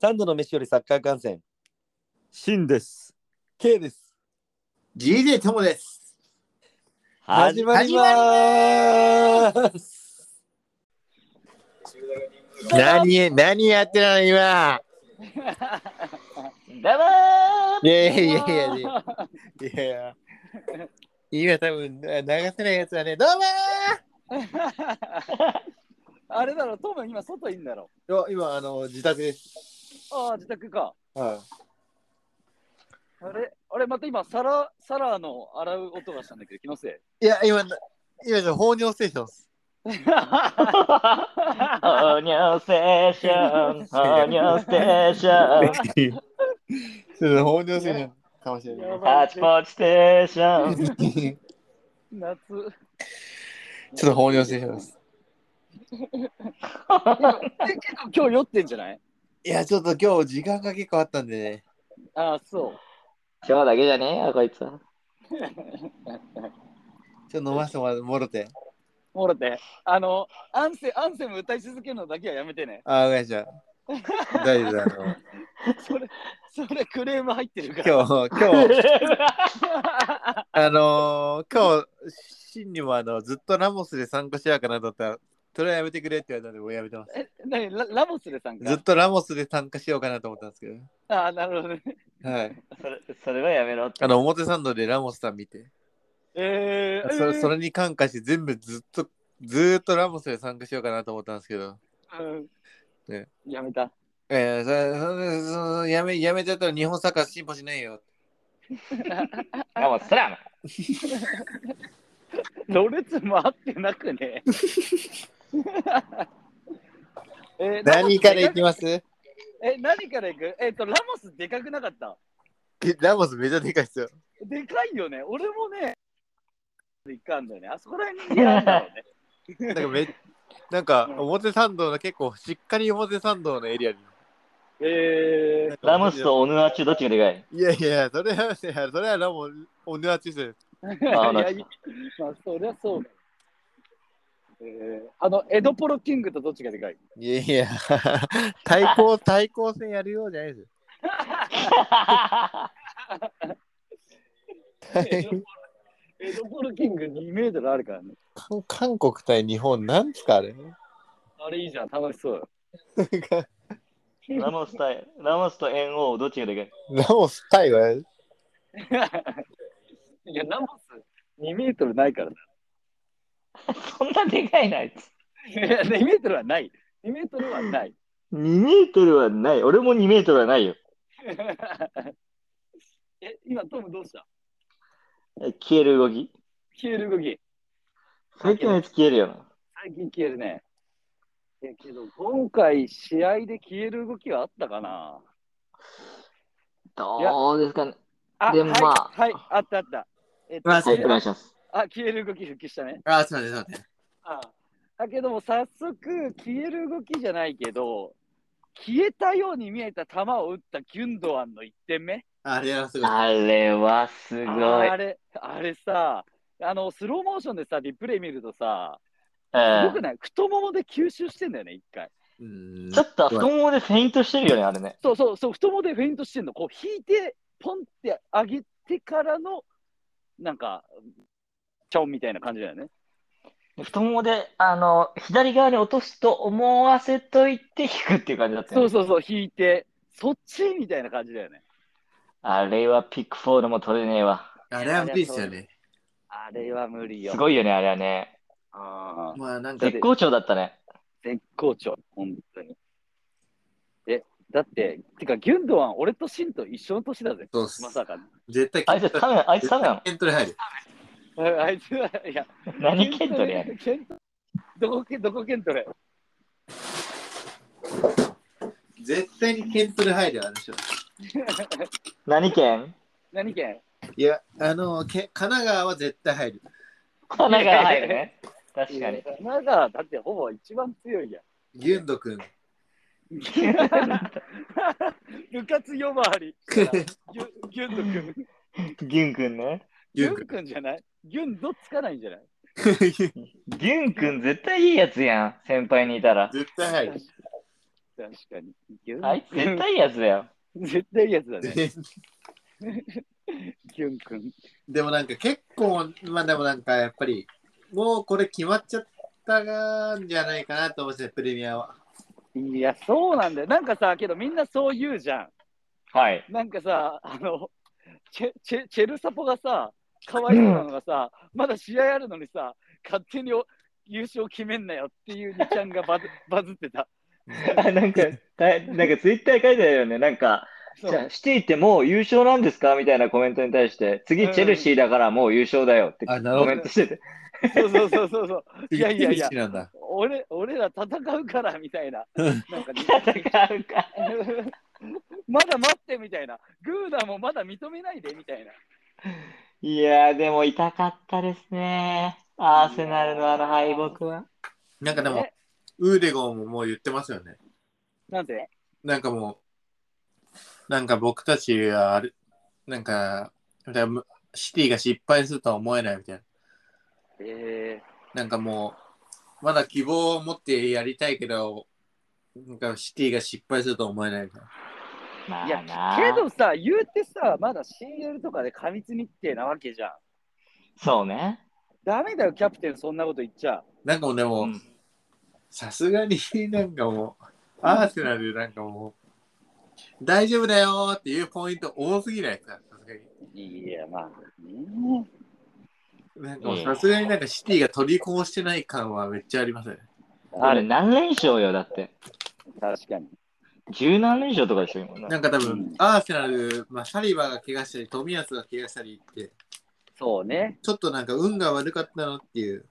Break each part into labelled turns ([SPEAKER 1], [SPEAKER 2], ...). [SPEAKER 1] 三度の飯よりサッカー観戦
[SPEAKER 2] シンです。
[SPEAKER 1] K です。
[SPEAKER 3] GJ ともです。
[SPEAKER 1] 始まりまーす。
[SPEAKER 3] 何、何やってるの今。
[SPEAKER 4] だわ
[SPEAKER 3] いやいやいやいやいや。いやいや今多分流せないやつだね。どうも
[SPEAKER 4] ーあれだろ、トム今外いんだろ。
[SPEAKER 3] ーいや今、あの、自宅です。
[SPEAKER 4] ああ、自宅か。
[SPEAKER 3] は
[SPEAKER 4] あれ、あれまた今、皿、皿の洗う音がしたんだけど、気のせい。
[SPEAKER 3] い。いや、今、今、放尿ステーションです。
[SPEAKER 5] ハニャステーション、ハニャステーション、
[SPEAKER 3] ちょっと放尿ステーションかもしれない。
[SPEAKER 5] ハチポチステーション。
[SPEAKER 3] ち
[SPEAKER 4] 夏。
[SPEAKER 3] ょっと放尿ステーションです。
[SPEAKER 4] え結構今日酔ってんじゃない
[SPEAKER 3] いや、ちょっと今日時間が結構あったんでね。
[SPEAKER 4] ああ、そう。
[SPEAKER 5] 今日だけじゃねえよ、こいつ。
[SPEAKER 3] ちょっと飲ませてもらってもろて。
[SPEAKER 4] もろて。あの、アンセアンセム歌い続けるのだけはやめ てね。
[SPEAKER 3] あ、わかりました。大丈夫だ。あ の
[SPEAKER 4] それ、それクレーム入ってるから。
[SPEAKER 3] 今日、今日、あのー、今日、シンにもあのずっとラモスで参加しようかなと思ったら、それはやめてくれって言われたんで、もうやめてます。
[SPEAKER 4] え、なにララモスでさん
[SPEAKER 3] ずっ
[SPEAKER 4] か。
[SPEAKER 3] とラモスで参加しようかなと思ったんですけど、
[SPEAKER 4] ああ、なるほどね。
[SPEAKER 3] はい。
[SPEAKER 5] それそれはやめろって。
[SPEAKER 3] あの、表参道でラモスさん見て、
[SPEAKER 4] えー、
[SPEAKER 3] それそ
[SPEAKER 4] れ、
[SPEAKER 3] れに感化して、全部ずっと、ずーっとラモスで参加しようかなと思ったんですけど、
[SPEAKER 4] うん
[SPEAKER 3] ね
[SPEAKER 4] やめた。
[SPEAKER 3] えー、そそそそやめやめちゃったら日本サッカー進歩しないよ。
[SPEAKER 5] あ、もうスラム。
[SPEAKER 4] ろれつ回ってなく ね。えー
[SPEAKER 3] 何からいきます
[SPEAKER 4] え、何から行くえっ、と、ラモスでかくなかった。
[SPEAKER 3] ラモスめちゃでかいですよ。
[SPEAKER 4] でかいよね。俺もね、一回あんだよね。あそこら辺になんだろ うね。
[SPEAKER 3] なんかめ、なんか表参道の結構しっかり表参道のエリアに。
[SPEAKER 4] えー、
[SPEAKER 5] ラムスとオヌアチュどっちがでかい
[SPEAKER 3] いやいや、それは、いやそれはラモン、オネアチス。
[SPEAKER 4] い
[SPEAKER 5] あ
[SPEAKER 4] や
[SPEAKER 5] ない
[SPEAKER 4] やまあ、そりゃそうだよ。えー、あの、エドポロキングとどっちがでか い
[SPEAKER 3] いやいや、対抗、対抗戦やるようじゃないですよ。
[SPEAKER 4] エドポロエドポロキング2メートルあるからね。
[SPEAKER 3] 韓韓国対日本、なんですかあれ
[SPEAKER 4] あれいいじゃん、楽しそう。
[SPEAKER 5] ラモス対ラモスとエンオウどっちがでかい
[SPEAKER 3] ラモス対は、
[SPEAKER 4] いや、ラモス2メートルない から
[SPEAKER 5] そんなでかいな、あいつ。
[SPEAKER 4] いや2メートルはない。2メートルはない。
[SPEAKER 5] 2メートルはない。俺も2メートルはないよ。
[SPEAKER 4] え、今、トムどうした
[SPEAKER 5] 消える動き。
[SPEAKER 4] 消える動き。
[SPEAKER 5] 最近のやつ消えるよな。
[SPEAKER 4] 最近消えるね。え、けど、今回、試合で消える動きはあったかな
[SPEAKER 5] どうですかね。
[SPEAKER 4] あ、
[SPEAKER 5] でもまあ
[SPEAKER 4] はい、はい、あったあった。えっと
[SPEAKER 3] まあ
[SPEAKER 5] はい、お願
[SPEAKER 4] あ
[SPEAKER 5] いします。
[SPEAKER 4] 消える動き復帰したね。
[SPEAKER 3] あ、すいません、すいません。
[SPEAKER 4] あだけども、早速、消える動きじゃないけど、消えたように見えた球を打ったギュンドアンの1点目。
[SPEAKER 3] あれはすごい。
[SPEAKER 5] あれはすごい。
[SPEAKER 4] あれ、あれさ、あの、スローモーションでさ、リプレイ見るとさ、すごく
[SPEAKER 5] う
[SPEAKER 4] ない太ももで吸収してんだよね、一回。
[SPEAKER 3] うん
[SPEAKER 5] んちょっと太ももでフェイントしてるよね、あれね。
[SPEAKER 4] そうそうそう、太ももでフェイントしてんの。こう、引いて、ポンって上げてからの、なんか、チョンみたいな感じだよね。
[SPEAKER 5] 太ももで、あの、左側に落とすと思わせといて引くっていう感じだったよ
[SPEAKER 4] そ
[SPEAKER 5] ね。
[SPEAKER 4] うそうそう、引いて、そっちみたいな感じだよね。
[SPEAKER 5] あれはピックフォードも取れねえわ。
[SPEAKER 3] あれは無理ですよね。
[SPEAKER 4] あれは無理よ。
[SPEAKER 5] すごいよね、あれはね。
[SPEAKER 4] あー
[SPEAKER 3] まあ、なんか、
[SPEAKER 5] 絶好調だったね。
[SPEAKER 4] 絶好調、本当に。え、だって、てか、ギュンドアン、俺とシンと一緒の年だぜ。
[SPEAKER 3] そうっす
[SPEAKER 4] ま。さかの。
[SPEAKER 3] 絶対、
[SPEAKER 5] あいつサ メ、あいつサメな
[SPEAKER 3] ケントに入る。
[SPEAKER 4] ああいつは、いや、
[SPEAKER 5] の何ケントレやる
[SPEAKER 4] ケントどこけどこケントレ
[SPEAKER 3] 絶対にケントに入るよ、あの人。
[SPEAKER 5] 何県
[SPEAKER 4] 何県
[SPEAKER 3] いや、あの、け神奈川は絶対入る。
[SPEAKER 5] 神奈川入るね。確かに。
[SPEAKER 4] 神奈川だってほぼ一番強いや
[SPEAKER 3] ギュンド君。
[SPEAKER 4] ん。 部活呼ばわり。ギュギュンとくん。
[SPEAKER 5] ギュン君ね。
[SPEAKER 4] ギ
[SPEAKER 3] ユ
[SPEAKER 4] ュ
[SPEAKER 3] ン
[SPEAKER 4] ンくんじゃないギュンどつかないんじゃない
[SPEAKER 3] 君。
[SPEAKER 5] ギュンくん絶対いいやつやん、先輩にいたら。
[SPEAKER 3] 絶対入る。
[SPEAKER 4] 確かに。ギュン
[SPEAKER 5] あいつ絶対いいやつだよ。
[SPEAKER 4] 絶対いいやつだ ね。ギュンくん。
[SPEAKER 3] でもなんか結構、まあでもなんかやっぱり、もうこれ決まっちゃったがんじゃないかなと思ってた、プレミアは。
[SPEAKER 4] いや、そうなんだよ。なんかさ、けどみんなそう言うじゃ
[SPEAKER 5] はい。
[SPEAKER 4] ん。なんかさ、あの、チェチェチェルサポがさ、かわいそうなのがさ、まだ試合あるのにさ、勝手にお優勝決めんなよっていう2ちゃんがバズバズってた。
[SPEAKER 5] あなんか、たなんかツイッター書いてあるよね。なんか、
[SPEAKER 4] そう
[SPEAKER 5] じゃあ、シティってもう優勝なんですかみたいなコメントに対して、次チェルシーだからもう優勝だよって
[SPEAKER 3] あ、な
[SPEAKER 5] コメントして て。
[SPEAKER 4] そうそうそうそうそう。いやいやいや
[SPEAKER 3] なんだ。
[SPEAKER 4] 俺俺ら戦うからみたいな。なんかね
[SPEAKER 5] 戦うか。
[SPEAKER 4] まだ待ってみたいな。グーダもまだ認めないでみたいな。
[SPEAKER 5] いやー、でも痛かったですね。アーセナルのあの敗北は。
[SPEAKER 3] なんかでも
[SPEAKER 4] え、
[SPEAKER 3] ウーレゴンももう言ってますよね。
[SPEAKER 4] なんで
[SPEAKER 3] なんかもう、なんか僕たちはあれ、なんか、シティが失敗するとは思えないみたいな。
[SPEAKER 4] え
[SPEAKER 3] なんかもう、まだ希望を持ってやりたいけど、なんかシティが失敗するとは思えないみたいな。
[SPEAKER 5] ま
[SPEAKER 4] ー、
[SPEAKER 5] あ
[SPEAKER 4] いや
[SPEAKER 5] な
[SPEAKER 4] けどさ、言うてさ、まだ CL とかで過密日程なわけじゃん。
[SPEAKER 5] そうね。
[SPEAKER 4] ダメだよ、キャプテン、そんなこと言っちゃ。
[SPEAKER 3] なんかもうでも
[SPEAKER 5] うん、
[SPEAKER 3] さすがになんかもう、 アーセナルなんかもう、大丈夫だよーっていうポイント多すぎないですか、さすがに。
[SPEAKER 4] いや、まあ、ね
[SPEAKER 3] なんかもうさすがになんかシティが取りこぼしてない感はめっちゃありますよね。
[SPEAKER 5] あれ何連勝よ、だって。
[SPEAKER 4] 確かに。
[SPEAKER 5] 十何連勝とかでしょ、今の。
[SPEAKER 3] なんか多
[SPEAKER 4] う
[SPEAKER 3] 分
[SPEAKER 4] ん、
[SPEAKER 3] アーセナル、まあ、サリバが怪我したり、冨安が怪我したりって、
[SPEAKER 4] そうね。
[SPEAKER 3] ちょっとなんか運が悪かったなっていう。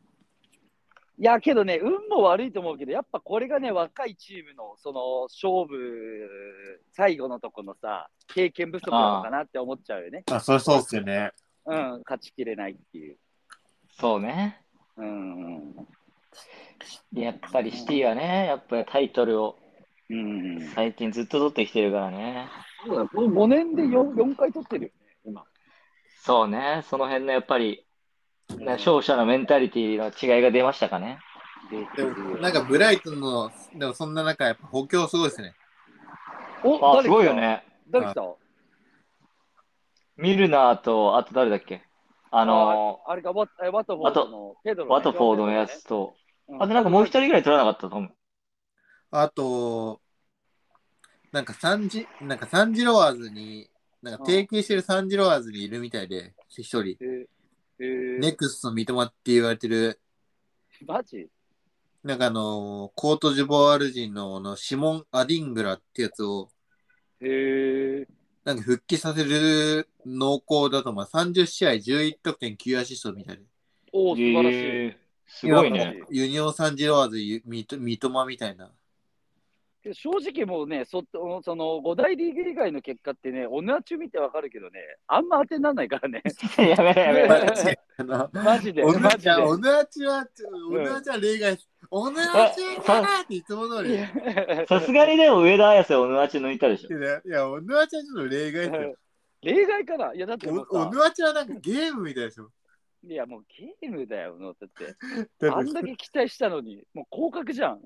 [SPEAKER 4] いや、けどね、運も悪いと思うけど、やっぱこれがね、若いチームの、その、勝負、最後のとこのさ、経験不足なのかなって思っちゃうよね。
[SPEAKER 3] あ、それそうっすよね。
[SPEAKER 4] うん、勝ちきれないっていう。
[SPEAKER 5] そうね。
[SPEAKER 4] うん。
[SPEAKER 5] やっぱりシティはね、やっぱりタイトルを
[SPEAKER 4] うん。
[SPEAKER 5] 最近ずっと取ってきてるからね。
[SPEAKER 4] そうだ、この5年で 4, 4回取ってるよね、今。
[SPEAKER 5] そうね、その辺のやっぱり、ね勝者のメンタリティの違いが出ましたかね。
[SPEAKER 3] でも、なんかブライトンの、でもそんな中、やっぱ補強すごいですね。
[SPEAKER 4] お
[SPEAKER 5] あ、すごいよ。ね。
[SPEAKER 4] 誰来た誰来
[SPEAKER 5] ミルナーと、あと誰だっけあ
[SPEAKER 4] た
[SPEAKER 5] の
[SPEAKER 4] ああれか、ワえワトフォードのペドロね
[SPEAKER 5] ワトフォードのやつと、
[SPEAKER 4] う
[SPEAKER 5] あとなんかもう一人ぐらい取らなかったと思う。
[SPEAKER 3] あと、なんかサンジ、なんかサンジロワーズに、なんか提携してるサンジロワーズにいるみたいで、一人。
[SPEAKER 4] えーえー
[SPEAKER 3] ネクスト三笘って言われてる、
[SPEAKER 4] マジ
[SPEAKER 3] なんかあのーコートジボワール人のあのシモン・アディングラってやつを、
[SPEAKER 4] へえ
[SPEAKER 3] なんか復帰させる濃厚だと、まあ、30試合11得点9アシストみたいな。
[SPEAKER 4] おお、素晴らしい。
[SPEAKER 5] えーすごいね。
[SPEAKER 3] ユニオン・サンジロワーズ、ゆ三笘三笘みたいな。
[SPEAKER 4] けど正直もうね、そその5大リーグ以外の結果ってね、オナチュ見てわかるけどね、あんま当てにならないからね。
[SPEAKER 5] やめろやめろ。
[SPEAKER 3] あの
[SPEAKER 4] マジで、
[SPEAKER 3] オナ
[SPEAKER 4] マジ
[SPEAKER 3] チ
[SPEAKER 4] で。
[SPEAKER 3] は、オナチは、オナチは例外です。オナチはっていつも通り。いや、
[SPEAKER 5] さすがにでも上田綺世を同じ抜いたでしょ。
[SPEAKER 3] いやオナチはちょっと例外ですよ。
[SPEAKER 4] 例外かないや、だってもう
[SPEAKER 3] おオ
[SPEAKER 4] さ、
[SPEAKER 3] ナチはなんかゲームみたいですよ。
[SPEAKER 4] いや、もうゲームだよ、だって。
[SPEAKER 3] で
[SPEAKER 4] あ
[SPEAKER 3] も
[SPEAKER 4] ん、だけ期待したのに、もう降格じゃん。、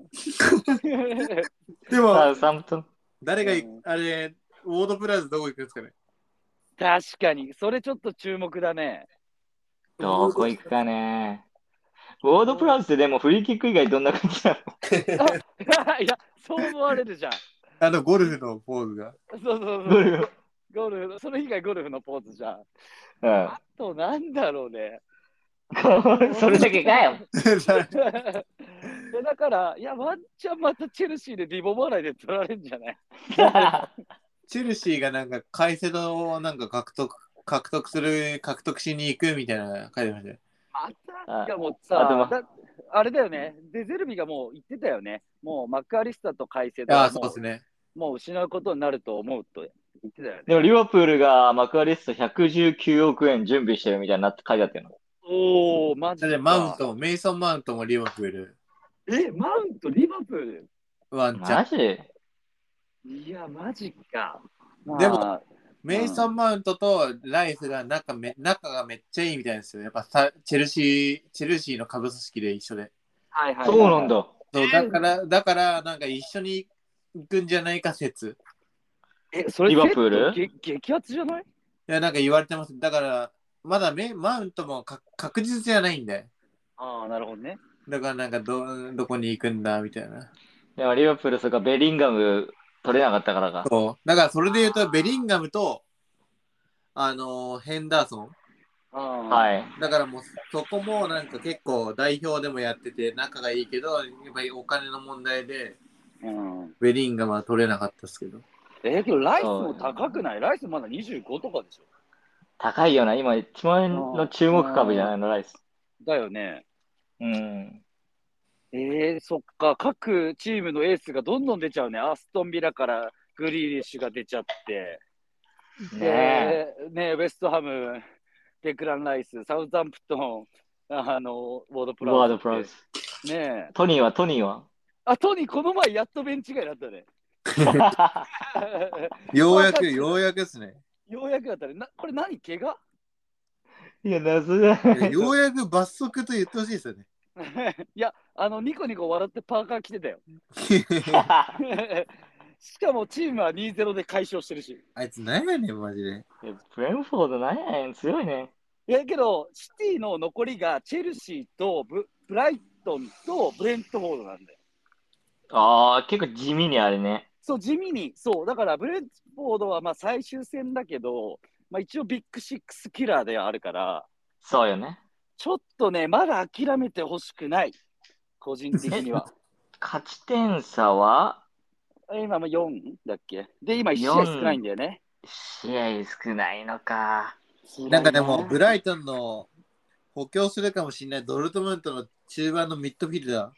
[SPEAKER 3] でも
[SPEAKER 5] ササンプトン。
[SPEAKER 3] 誰がいう
[SPEAKER 4] ん
[SPEAKER 3] あれ、ウォードプラーズどこ行くんですかね
[SPEAKER 4] 確かに、それちょっと注目だね。
[SPEAKER 5] どこ行くかね。ウォードプラスってでもフリーキック以外どんな感じなの
[SPEAKER 4] いや、そう思われるじゃん。
[SPEAKER 3] あの、ゴルフのポーズが。
[SPEAKER 4] そうそう
[SPEAKER 5] ゴ
[SPEAKER 4] そう。
[SPEAKER 5] ルフ
[SPEAKER 4] ゴルフ、それ以外ゴルフのポーズじゃん。
[SPEAKER 5] うん
[SPEAKER 4] あと、なんだろうね。
[SPEAKER 5] それだけかよ。
[SPEAKER 4] いやだから、いや、ワンチャンまたチェルシーでリボ払いで取られるんじゃない
[SPEAKER 3] チェルシーがなんか、カイセドをなんか獲得、獲得する、獲得しに行くみたいな書いてましたよ。
[SPEAKER 4] また
[SPEAKER 5] あ
[SPEAKER 4] いや、もう
[SPEAKER 5] あでも
[SPEAKER 4] さ、だあれだよね。デゼルビがもう言ってたよね。もうマックアリスタと改正
[SPEAKER 3] ああ、
[SPEAKER 4] だ
[SPEAKER 3] そうですね。
[SPEAKER 4] もう失うことになると思うと言ってたよね。
[SPEAKER 5] でもリバプールがマクアリスト119億円準備してるみたいになって書いてあったよな。
[SPEAKER 4] おお、マジ
[SPEAKER 3] だっ
[SPEAKER 4] で。
[SPEAKER 3] てマウントも、メイソン・マウントもリバプール、
[SPEAKER 4] え、マウント、リバプール
[SPEAKER 3] ワンチャ
[SPEAKER 5] マ
[SPEAKER 3] ン。
[SPEAKER 5] ジ
[SPEAKER 4] いや、マジか。まあ
[SPEAKER 3] でも、メイソン・マウントとライスが仲め仲がめっちゃいいみたいですよ。やっぱさチェルシー、チェルシーの下部組織で一緒で。
[SPEAKER 4] はいはい。
[SPEAKER 5] そうなん。だ。
[SPEAKER 3] そうだから、だから、なんか一緒に行くんじゃないか説。
[SPEAKER 4] え、それ
[SPEAKER 5] リバプール
[SPEAKER 4] 結構げ激アツじゃない
[SPEAKER 3] いや、なんか言われてます。だから、まだメマウントもか確実じゃないんで。
[SPEAKER 4] ああ、なるほどね。
[SPEAKER 3] だから、なんかど、どこに行くんだみたいな。
[SPEAKER 5] でもリバプール、それかベリンガム取れなかったからか。
[SPEAKER 3] そう。だから、それで言うと、ベリンガムと、あのーヘンダーソン。
[SPEAKER 4] は。
[SPEAKER 5] はいい。
[SPEAKER 3] だからもう、そこもなんか結構代表でもやってて、仲がいいけど、やっぱりお金の問題で、
[SPEAKER 4] うん、
[SPEAKER 3] ベリンガムは取れなかったですけど。
[SPEAKER 4] えー、けどライスも高くないライスまだ25とかでしょ
[SPEAKER 5] 高いよな、今、一番の注目株じゃないの、ライス。
[SPEAKER 4] だよね。
[SPEAKER 5] うん。
[SPEAKER 4] えー、そっか。各チームのエースがどんどん出ちゃうね。アストンビラからグリーリッシュが出ちゃって。
[SPEAKER 5] ねえ。
[SPEAKER 4] でねえウェストハム、デクラン・ライス、サウザンプトン、あの、ウォードプラウス。
[SPEAKER 5] ワードプラウス。
[SPEAKER 4] ねえ。
[SPEAKER 5] トニーは、トニーは。
[SPEAKER 4] あ、トニー、この前やっとベンチ外だった ね。
[SPEAKER 3] ようやく、ようやくですね。
[SPEAKER 4] ようやくだったね。なこれ何怪我
[SPEAKER 5] いや、謎 だ。
[SPEAKER 3] ようやく罰則と言ってほしいですよね。
[SPEAKER 4] いや、あの、ニコニコ笑ってパーカー着てたよ。 しかもチームは2-0で解消してるし。
[SPEAKER 3] あいつ何やねん、マジで。
[SPEAKER 5] いやブレンフォードなんやねん、強いね。
[SPEAKER 4] いやけど、シティの残りがチェルシーとブブライトンとブレントフォードなんだよ。
[SPEAKER 5] ああ、結構地味にあれね。
[SPEAKER 4] そう、地味に、そう、だからブレントフォードはまあ最終戦だけど、まあ、一応ビッグシックスキラーではあるから、
[SPEAKER 5] そうよね。
[SPEAKER 4] ちょっとね、まだ諦めてほしくない、個人的には。
[SPEAKER 5] 勝ち点差は
[SPEAKER 4] え今も4だっけで、今1試合少ないんだよね。
[SPEAKER 5] 試合少ないのか。
[SPEAKER 3] なんかでも、ブライトンの補強するかもしれないドルトムントの中盤のミッドフィルダ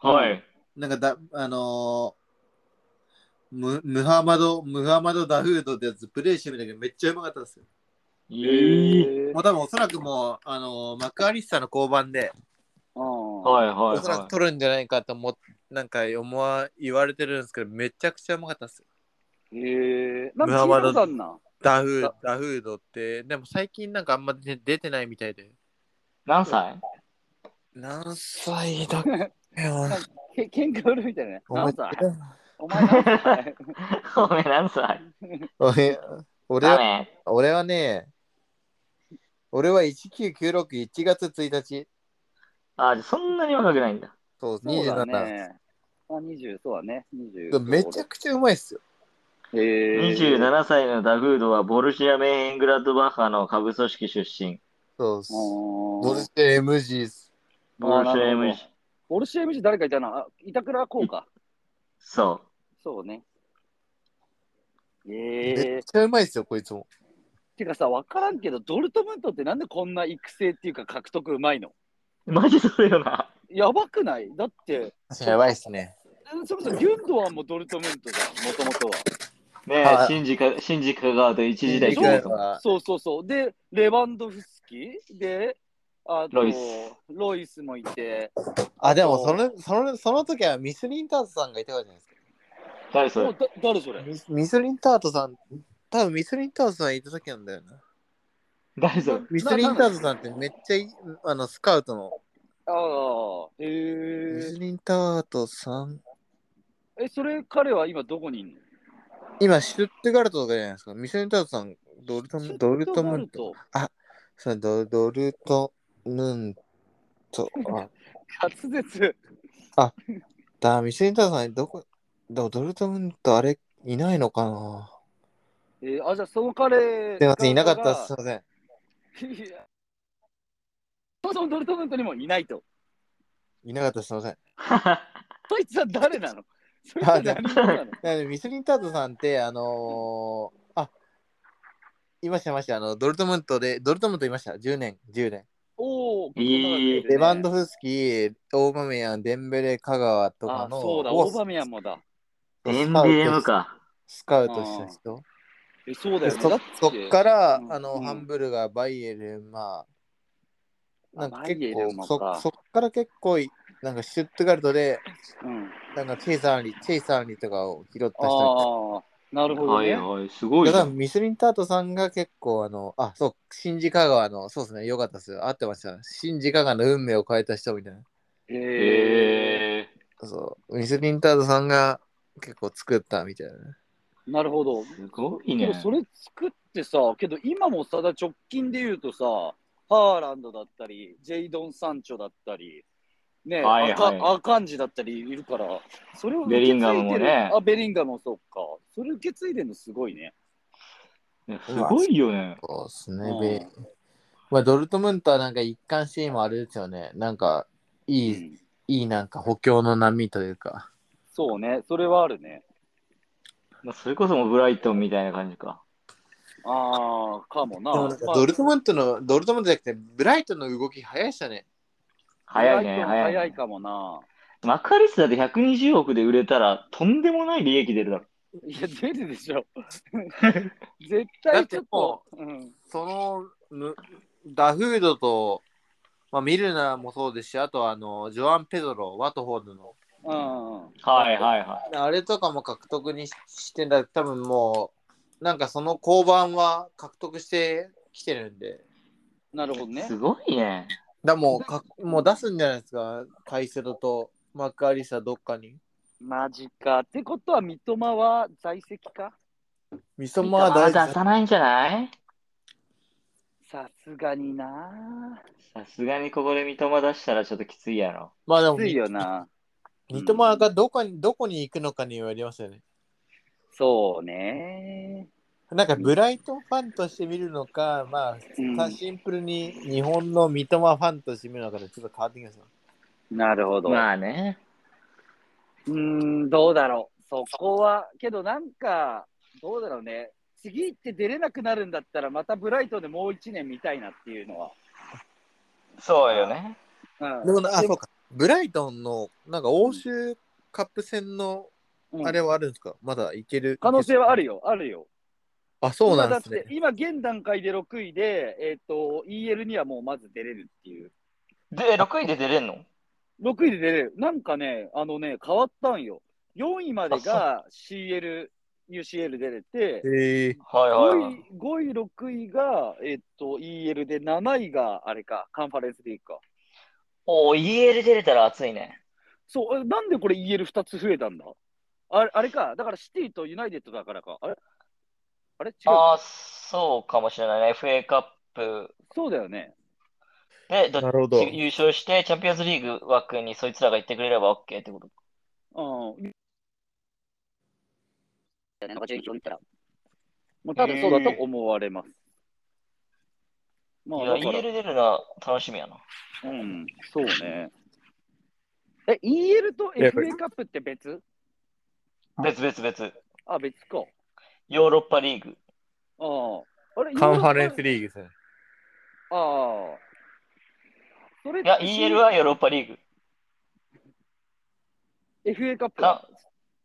[SPEAKER 5] はい。
[SPEAKER 3] ー、なんかだ、あのームムハマド、ムハマド・ダフードってやつ、プレイしてみたけど、めっちゃうまかったですよ。
[SPEAKER 5] いい。
[SPEAKER 4] え
[SPEAKER 3] もう多分おそらくもう、あのーマクアリスタの交番で、
[SPEAKER 4] あ
[SPEAKER 5] はいは
[SPEAKER 3] お
[SPEAKER 5] い
[SPEAKER 3] そらく
[SPEAKER 5] は
[SPEAKER 3] 取るんじゃないかと思っなんか思わ言われてるんですけど、めちゃくちゃうまかったですよ。
[SPEAKER 4] えー、なんか聞いたことあんな。
[SPEAKER 3] ダフーダフードって、でも最近なんかあんま出出てないみたいで。
[SPEAKER 5] い。何歳
[SPEAKER 3] 何歳だっけな
[SPEAKER 4] け喧嘩売るみたいなね。何歳お前 何歳
[SPEAKER 5] おめえ何歳
[SPEAKER 3] 俺俺
[SPEAKER 5] ダ
[SPEAKER 3] は
[SPEAKER 5] メ。
[SPEAKER 3] 俺はね、俺は1996、1月1日、
[SPEAKER 5] ああ、じゃあそんなに若くないんだ。
[SPEAKER 3] そう、
[SPEAKER 4] そうだ
[SPEAKER 3] 27、
[SPEAKER 4] ね。あ、20、そうだね。
[SPEAKER 3] そう
[SPEAKER 4] 20。
[SPEAKER 3] めちゃくちゃうまいっすよ。
[SPEAKER 4] えー、
[SPEAKER 5] 27歳のダフードはボルシア・メーヘングラッドバッハの下部組織出身。
[SPEAKER 3] そうっす。ボ
[SPEAKER 4] ボ
[SPEAKER 3] ル
[SPEAKER 4] ル
[SPEAKER 3] シェ MG っす。
[SPEAKER 5] ボルシア
[SPEAKER 4] あーなるほど
[SPEAKER 5] MG。
[SPEAKER 4] ボルシェ MC 誰かいたな。あ板倉こうか。
[SPEAKER 5] そ
[SPEAKER 4] そうね。
[SPEAKER 3] め
[SPEAKER 4] え
[SPEAKER 3] っちゃうまいっすよ、こいつも。
[SPEAKER 4] ー、てかさ、わからんけど、ドルトムントってなんでこんな育成っていうか獲得うまいの
[SPEAKER 5] う。マジそれよな。
[SPEAKER 4] やばくないだって、
[SPEAKER 3] やばいっすね。
[SPEAKER 4] そもそもギュンドワンもドルトムントじゃん、もともとは。
[SPEAKER 5] ね
[SPEAKER 3] あ
[SPEAKER 5] え、シンジか、シンジかがと一時代
[SPEAKER 3] い
[SPEAKER 5] 行
[SPEAKER 3] け
[SPEAKER 5] く
[SPEAKER 3] な
[SPEAKER 5] や
[SPEAKER 3] い
[SPEAKER 5] つ
[SPEAKER 3] か
[SPEAKER 5] も。
[SPEAKER 3] ら
[SPEAKER 4] そうそうそう。で、レバンドフスキで、あと
[SPEAKER 5] ロイス
[SPEAKER 4] ロイスもいて、
[SPEAKER 3] あ、でもその、その、その時はミス・リンタートさんがいたわけじゃないですか。
[SPEAKER 5] 誰そ
[SPEAKER 4] もう
[SPEAKER 5] れ
[SPEAKER 4] だ誰それ
[SPEAKER 3] ミスミス・リンタートさん、多分ミス・リンタートさんいた時なんだよな。
[SPEAKER 5] 誰それ
[SPEAKER 3] ミス・リンタートさんってめっちゃいい、あの、スカウトの。
[SPEAKER 4] ああ、
[SPEAKER 3] ミ
[SPEAKER 4] へえ
[SPEAKER 3] ス・。リンタートさん、
[SPEAKER 4] え、それ彼は今どこにいんの
[SPEAKER 3] 今、シュトゥットガルトとかじゃないですか。ミス・リンタートさん、ドルトム、ドルトムント。そうドドルトムント。あ、
[SPEAKER 4] 滑舌。
[SPEAKER 3] だ、ミスリンターさん、どこ、ドドルトムント、あれ、いないのかな
[SPEAKER 4] えーあ、じゃあその彼。
[SPEAKER 3] すいません、いなかったです。すいません。
[SPEAKER 4] いや そもそもドルトムントにもいないと。
[SPEAKER 3] いなかったです。すいません。
[SPEAKER 4] そいつは誰な のそいつは何者な
[SPEAKER 3] な
[SPEAKER 4] の
[SPEAKER 3] のでミスリンタートさんって、あのー、あ、いました、いました。あの、ドルトムントで、ドルトムントいました。10年、10年。
[SPEAKER 4] おお、ここだ
[SPEAKER 5] いい
[SPEAKER 4] けでね
[SPEAKER 3] レバンドフスキー、オーバメヤン、デンベレ、香川とか
[SPEAKER 4] あ、
[SPEAKER 3] の、
[SPEAKER 4] そうだ、
[SPEAKER 3] を
[SPEAKER 4] オーバメヤンもだ。
[SPEAKER 5] エ
[SPEAKER 3] ス
[SPEAKER 5] ン
[SPEAKER 3] カウト
[SPEAKER 5] ビエムか。
[SPEAKER 3] スカウトした人。
[SPEAKER 4] えそうだ
[SPEAKER 3] で
[SPEAKER 4] よ、ね。だ
[SPEAKER 3] そ
[SPEAKER 4] て
[SPEAKER 3] そっから、
[SPEAKER 4] うん
[SPEAKER 3] あの、
[SPEAKER 4] うん
[SPEAKER 3] ハンブルガー、バイエルン、まあ、なんか
[SPEAKER 4] あバイエ
[SPEAKER 3] 結
[SPEAKER 4] ルンも
[SPEAKER 3] 構、
[SPEAKER 4] か
[SPEAKER 3] そそっから結構い、なんかシュットガルトで、
[SPEAKER 4] うん、
[SPEAKER 3] なんかチェイサーンリ、チェイサーンリとかを拾った人
[SPEAKER 4] ああ、なるほど
[SPEAKER 5] は
[SPEAKER 4] ね。
[SPEAKER 5] いはい、すごい
[SPEAKER 1] だ
[SPEAKER 5] ね。
[SPEAKER 1] からミスリンタートさんが結構あの、あ、そう、新次香川の、そうですね、よかったですよ。合ってました。新次香川の運命を変えた人みたいな。
[SPEAKER 4] え
[SPEAKER 5] へえ。
[SPEAKER 1] そう、ミスリンタートさんが結構作ったみたいなね。
[SPEAKER 4] ー、なるほど。
[SPEAKER 5] すごい
[SPEAKER 4] け
[SPEAKER 5] ね
[SPEAKER 4] ど。それ作ってさ、けど今もさ、だ直近で言うとさ、ハーランドだったり、ジェイドン・サンチョだったり、ね、
[SPEAKER 5] はいはい
[SPEAKER 4] アカアカンジだったりいるから、それを受け継いで
[SPEAKER 5] ベリ
[SPEAKER 4] る
[SPEAKER 5] ンガムもね
[SPEAKER 4] あ、ベリンガムもそうか。それ受け継いでるのすごいね。
[SPEAKER 5] ねすごいよね。
[SPEAKER 1] そうですね、
[SPEAKER 4] うん
[SPEAKER 1] ベまあ、ドルトムントはなんか一貫して今あれですよね。なんか、
[SPEAKER 4] う
[SPEAKER 1] いい、
[SPEAKER 4] ん、
[SPEAKER 1] いいなんか補強の波というか。
[SPEAKER 4] そうね、それはあるね。
[SPEAKER 5] まあそれこそもうブライトンみたいな感じか。
[SPEAKER 4] ああ、かもな。
[SPEAKER 1] でもなんか
[SPEAKER 4] まあ
[SPEAKER 1] ドルトムントの、ドルトムントじゃなくて、ブライトンの動き早いっしたね。
[SPEAKER 5] 早いね、
[SPEAKER 4] 意外と
[SPEAKER 5] 早い。
[SPEAKER 4] 早いかもな。
[SPEAKER 5] マカリスだって120億で売れたら、とんでもない利益出るだろ。
[SPEAKER 4] いや、出るでし ょ。絶対ちょっと。うん、
[SPEAKER 1] そのむダフードと、まあ、ミルナもそうですし、あとはあのジョアン・ペドロ、ワトフォードの、
[SPEAKER 4] うん、
[SPEAKER 5] はいはいは
[SPEAKER 1] あれとかも獲得にししてんだ多分もう、なんかその交番は獲得してきてるんで、
[SPEAKER 4] なるほど
[SPEAKER 5] い。
[SPEAKER 4] ね
[SPEAKER 5] す。ごいね。
[SPEAKER 1] だもうかもう出すんじゃないですか、カイセドとマック・アリサどっかに。
[SPEAKER 4] マジか。ってことは、三笘は在籍か
[SPEAKER 1] ミソマ
[SPEAKER 5] ま
[SPEAKER 1] は
[SPEAKER 5] だ
[SPEAKER 1] 大
[SPEAKER 5] 出
[SPEAKER 1] 事
[SPEAKER 5] さないんじゃない
[SPEAKER 4] さすがにな。
[SPEAKER 5] さすがにここで三笘出したらちょっときついやろ。
[SPEAKER 1] まあでも
[SPEAKER 4] きつい、よな。
[SPEAKER 1] 三笘がどこにどこに行くのかによりますよね。
[SPEAKER 4] そうね。
[SPEAKER 1] なんかブライトンファンとして見るのか、ま
[SPEAKER 4] うん
[SPEAKER 1] あ、シンプルに日本の三笘ファンとして見るのかでちょっと変わってきますよ
[SPEAKER 4] なるほど。
[SPEAKER 5] まあね。
[SPEAKER 4] うーん、どうだろう。そこは、けどなんか、どうだろうね。次行って出れなくなるんだったら、またブライトンでもう一年見たいなっていうのは。
[SPEAKER 5] そうよね。
[SPEAKER 4] うん、
[SPEAKER 1] でもな、あ、そうか。ブライトンの、なんか欧州カップ戦の
[SPEAKER 4] うん
[SPEAKER 1] あれはあるんですか、まだいける
[SPEAKER 4] 可能性はある
[SPEAKER 1] よ。
[SPEAKER 4] よ、あるよ。
[SPEAKER 1] あ、そうなんですね。
[SPEAKER 4] 今だって今現段階で6位で、えっ、と、EL にはもうまず出れるっていう。
[SPEAKER 5] で、6位で出れんの
[SPEAKER 4] 6位で出れる。なんかね、あのね、変わったんよ。4位までが CL、UCL 出れて、
[SPEAKER 1] へえ
[SPEAKER 5] はいはい
[SPEAKER 4] 5
[SPEAKER 5] はい。
[SPEAKER 4] 位、5位6位が、えっ、と、EL で、7位が、あれか、カンファレンスリーグか。
[SPEAKER 5] おお、EL 出れたら熱いね。
[SPEAKER 4] そう、えなんでこれ EL2 つ増えたんだあれあれか、だからシティとユナイテッドだからか。あれあれ違う。
[SPEAKER 5] ああ、そうかもしれないね。FA カップ
[SPEAKER 4] そうだよね。
[SPEAKER 5] でどっち
[SPEAKER 1] なるほど
[SPEAKER 5] 優勝して、チャンピオンズリーグ枠にそいつらが行ってくれれば OK ってこと
[SPEAKER 4] うん。
[SPEAKER 6] なんか順位表見たら。
[SPEAKER 4] まあ、多分そうだと思われます。ま
[SPEAKER 5] い
[SPEAKER 4] あ、
[SPEAKER 5] や、
[SPEAKER 4] だから
[SPEAKER 5] EL 出るのは楽しみやな。
[SPEAKER 4] うん、そうね。え、EL と
[SPEAKER 1] やっぱり
[SPEAKER 4] FA カップって別
[SPEAKER 5] 別別別。
[SPEAKER 4] あ、別か。
[SPEAKER 5] ヨーロッパリーグ。
[SPEAKER 4] ああ。あれ
[SPEAKER 1] ー。カンファレンス
[SPEAKER 4] リ
[SPEAKER 1] リーグですね。
[SPEAKER 4] ああ。それ
[SPEAKER 5] いや、EL はヨーロッパリーグ。
[SPEAKER 4] FA カップ
[SPEAKER 5] か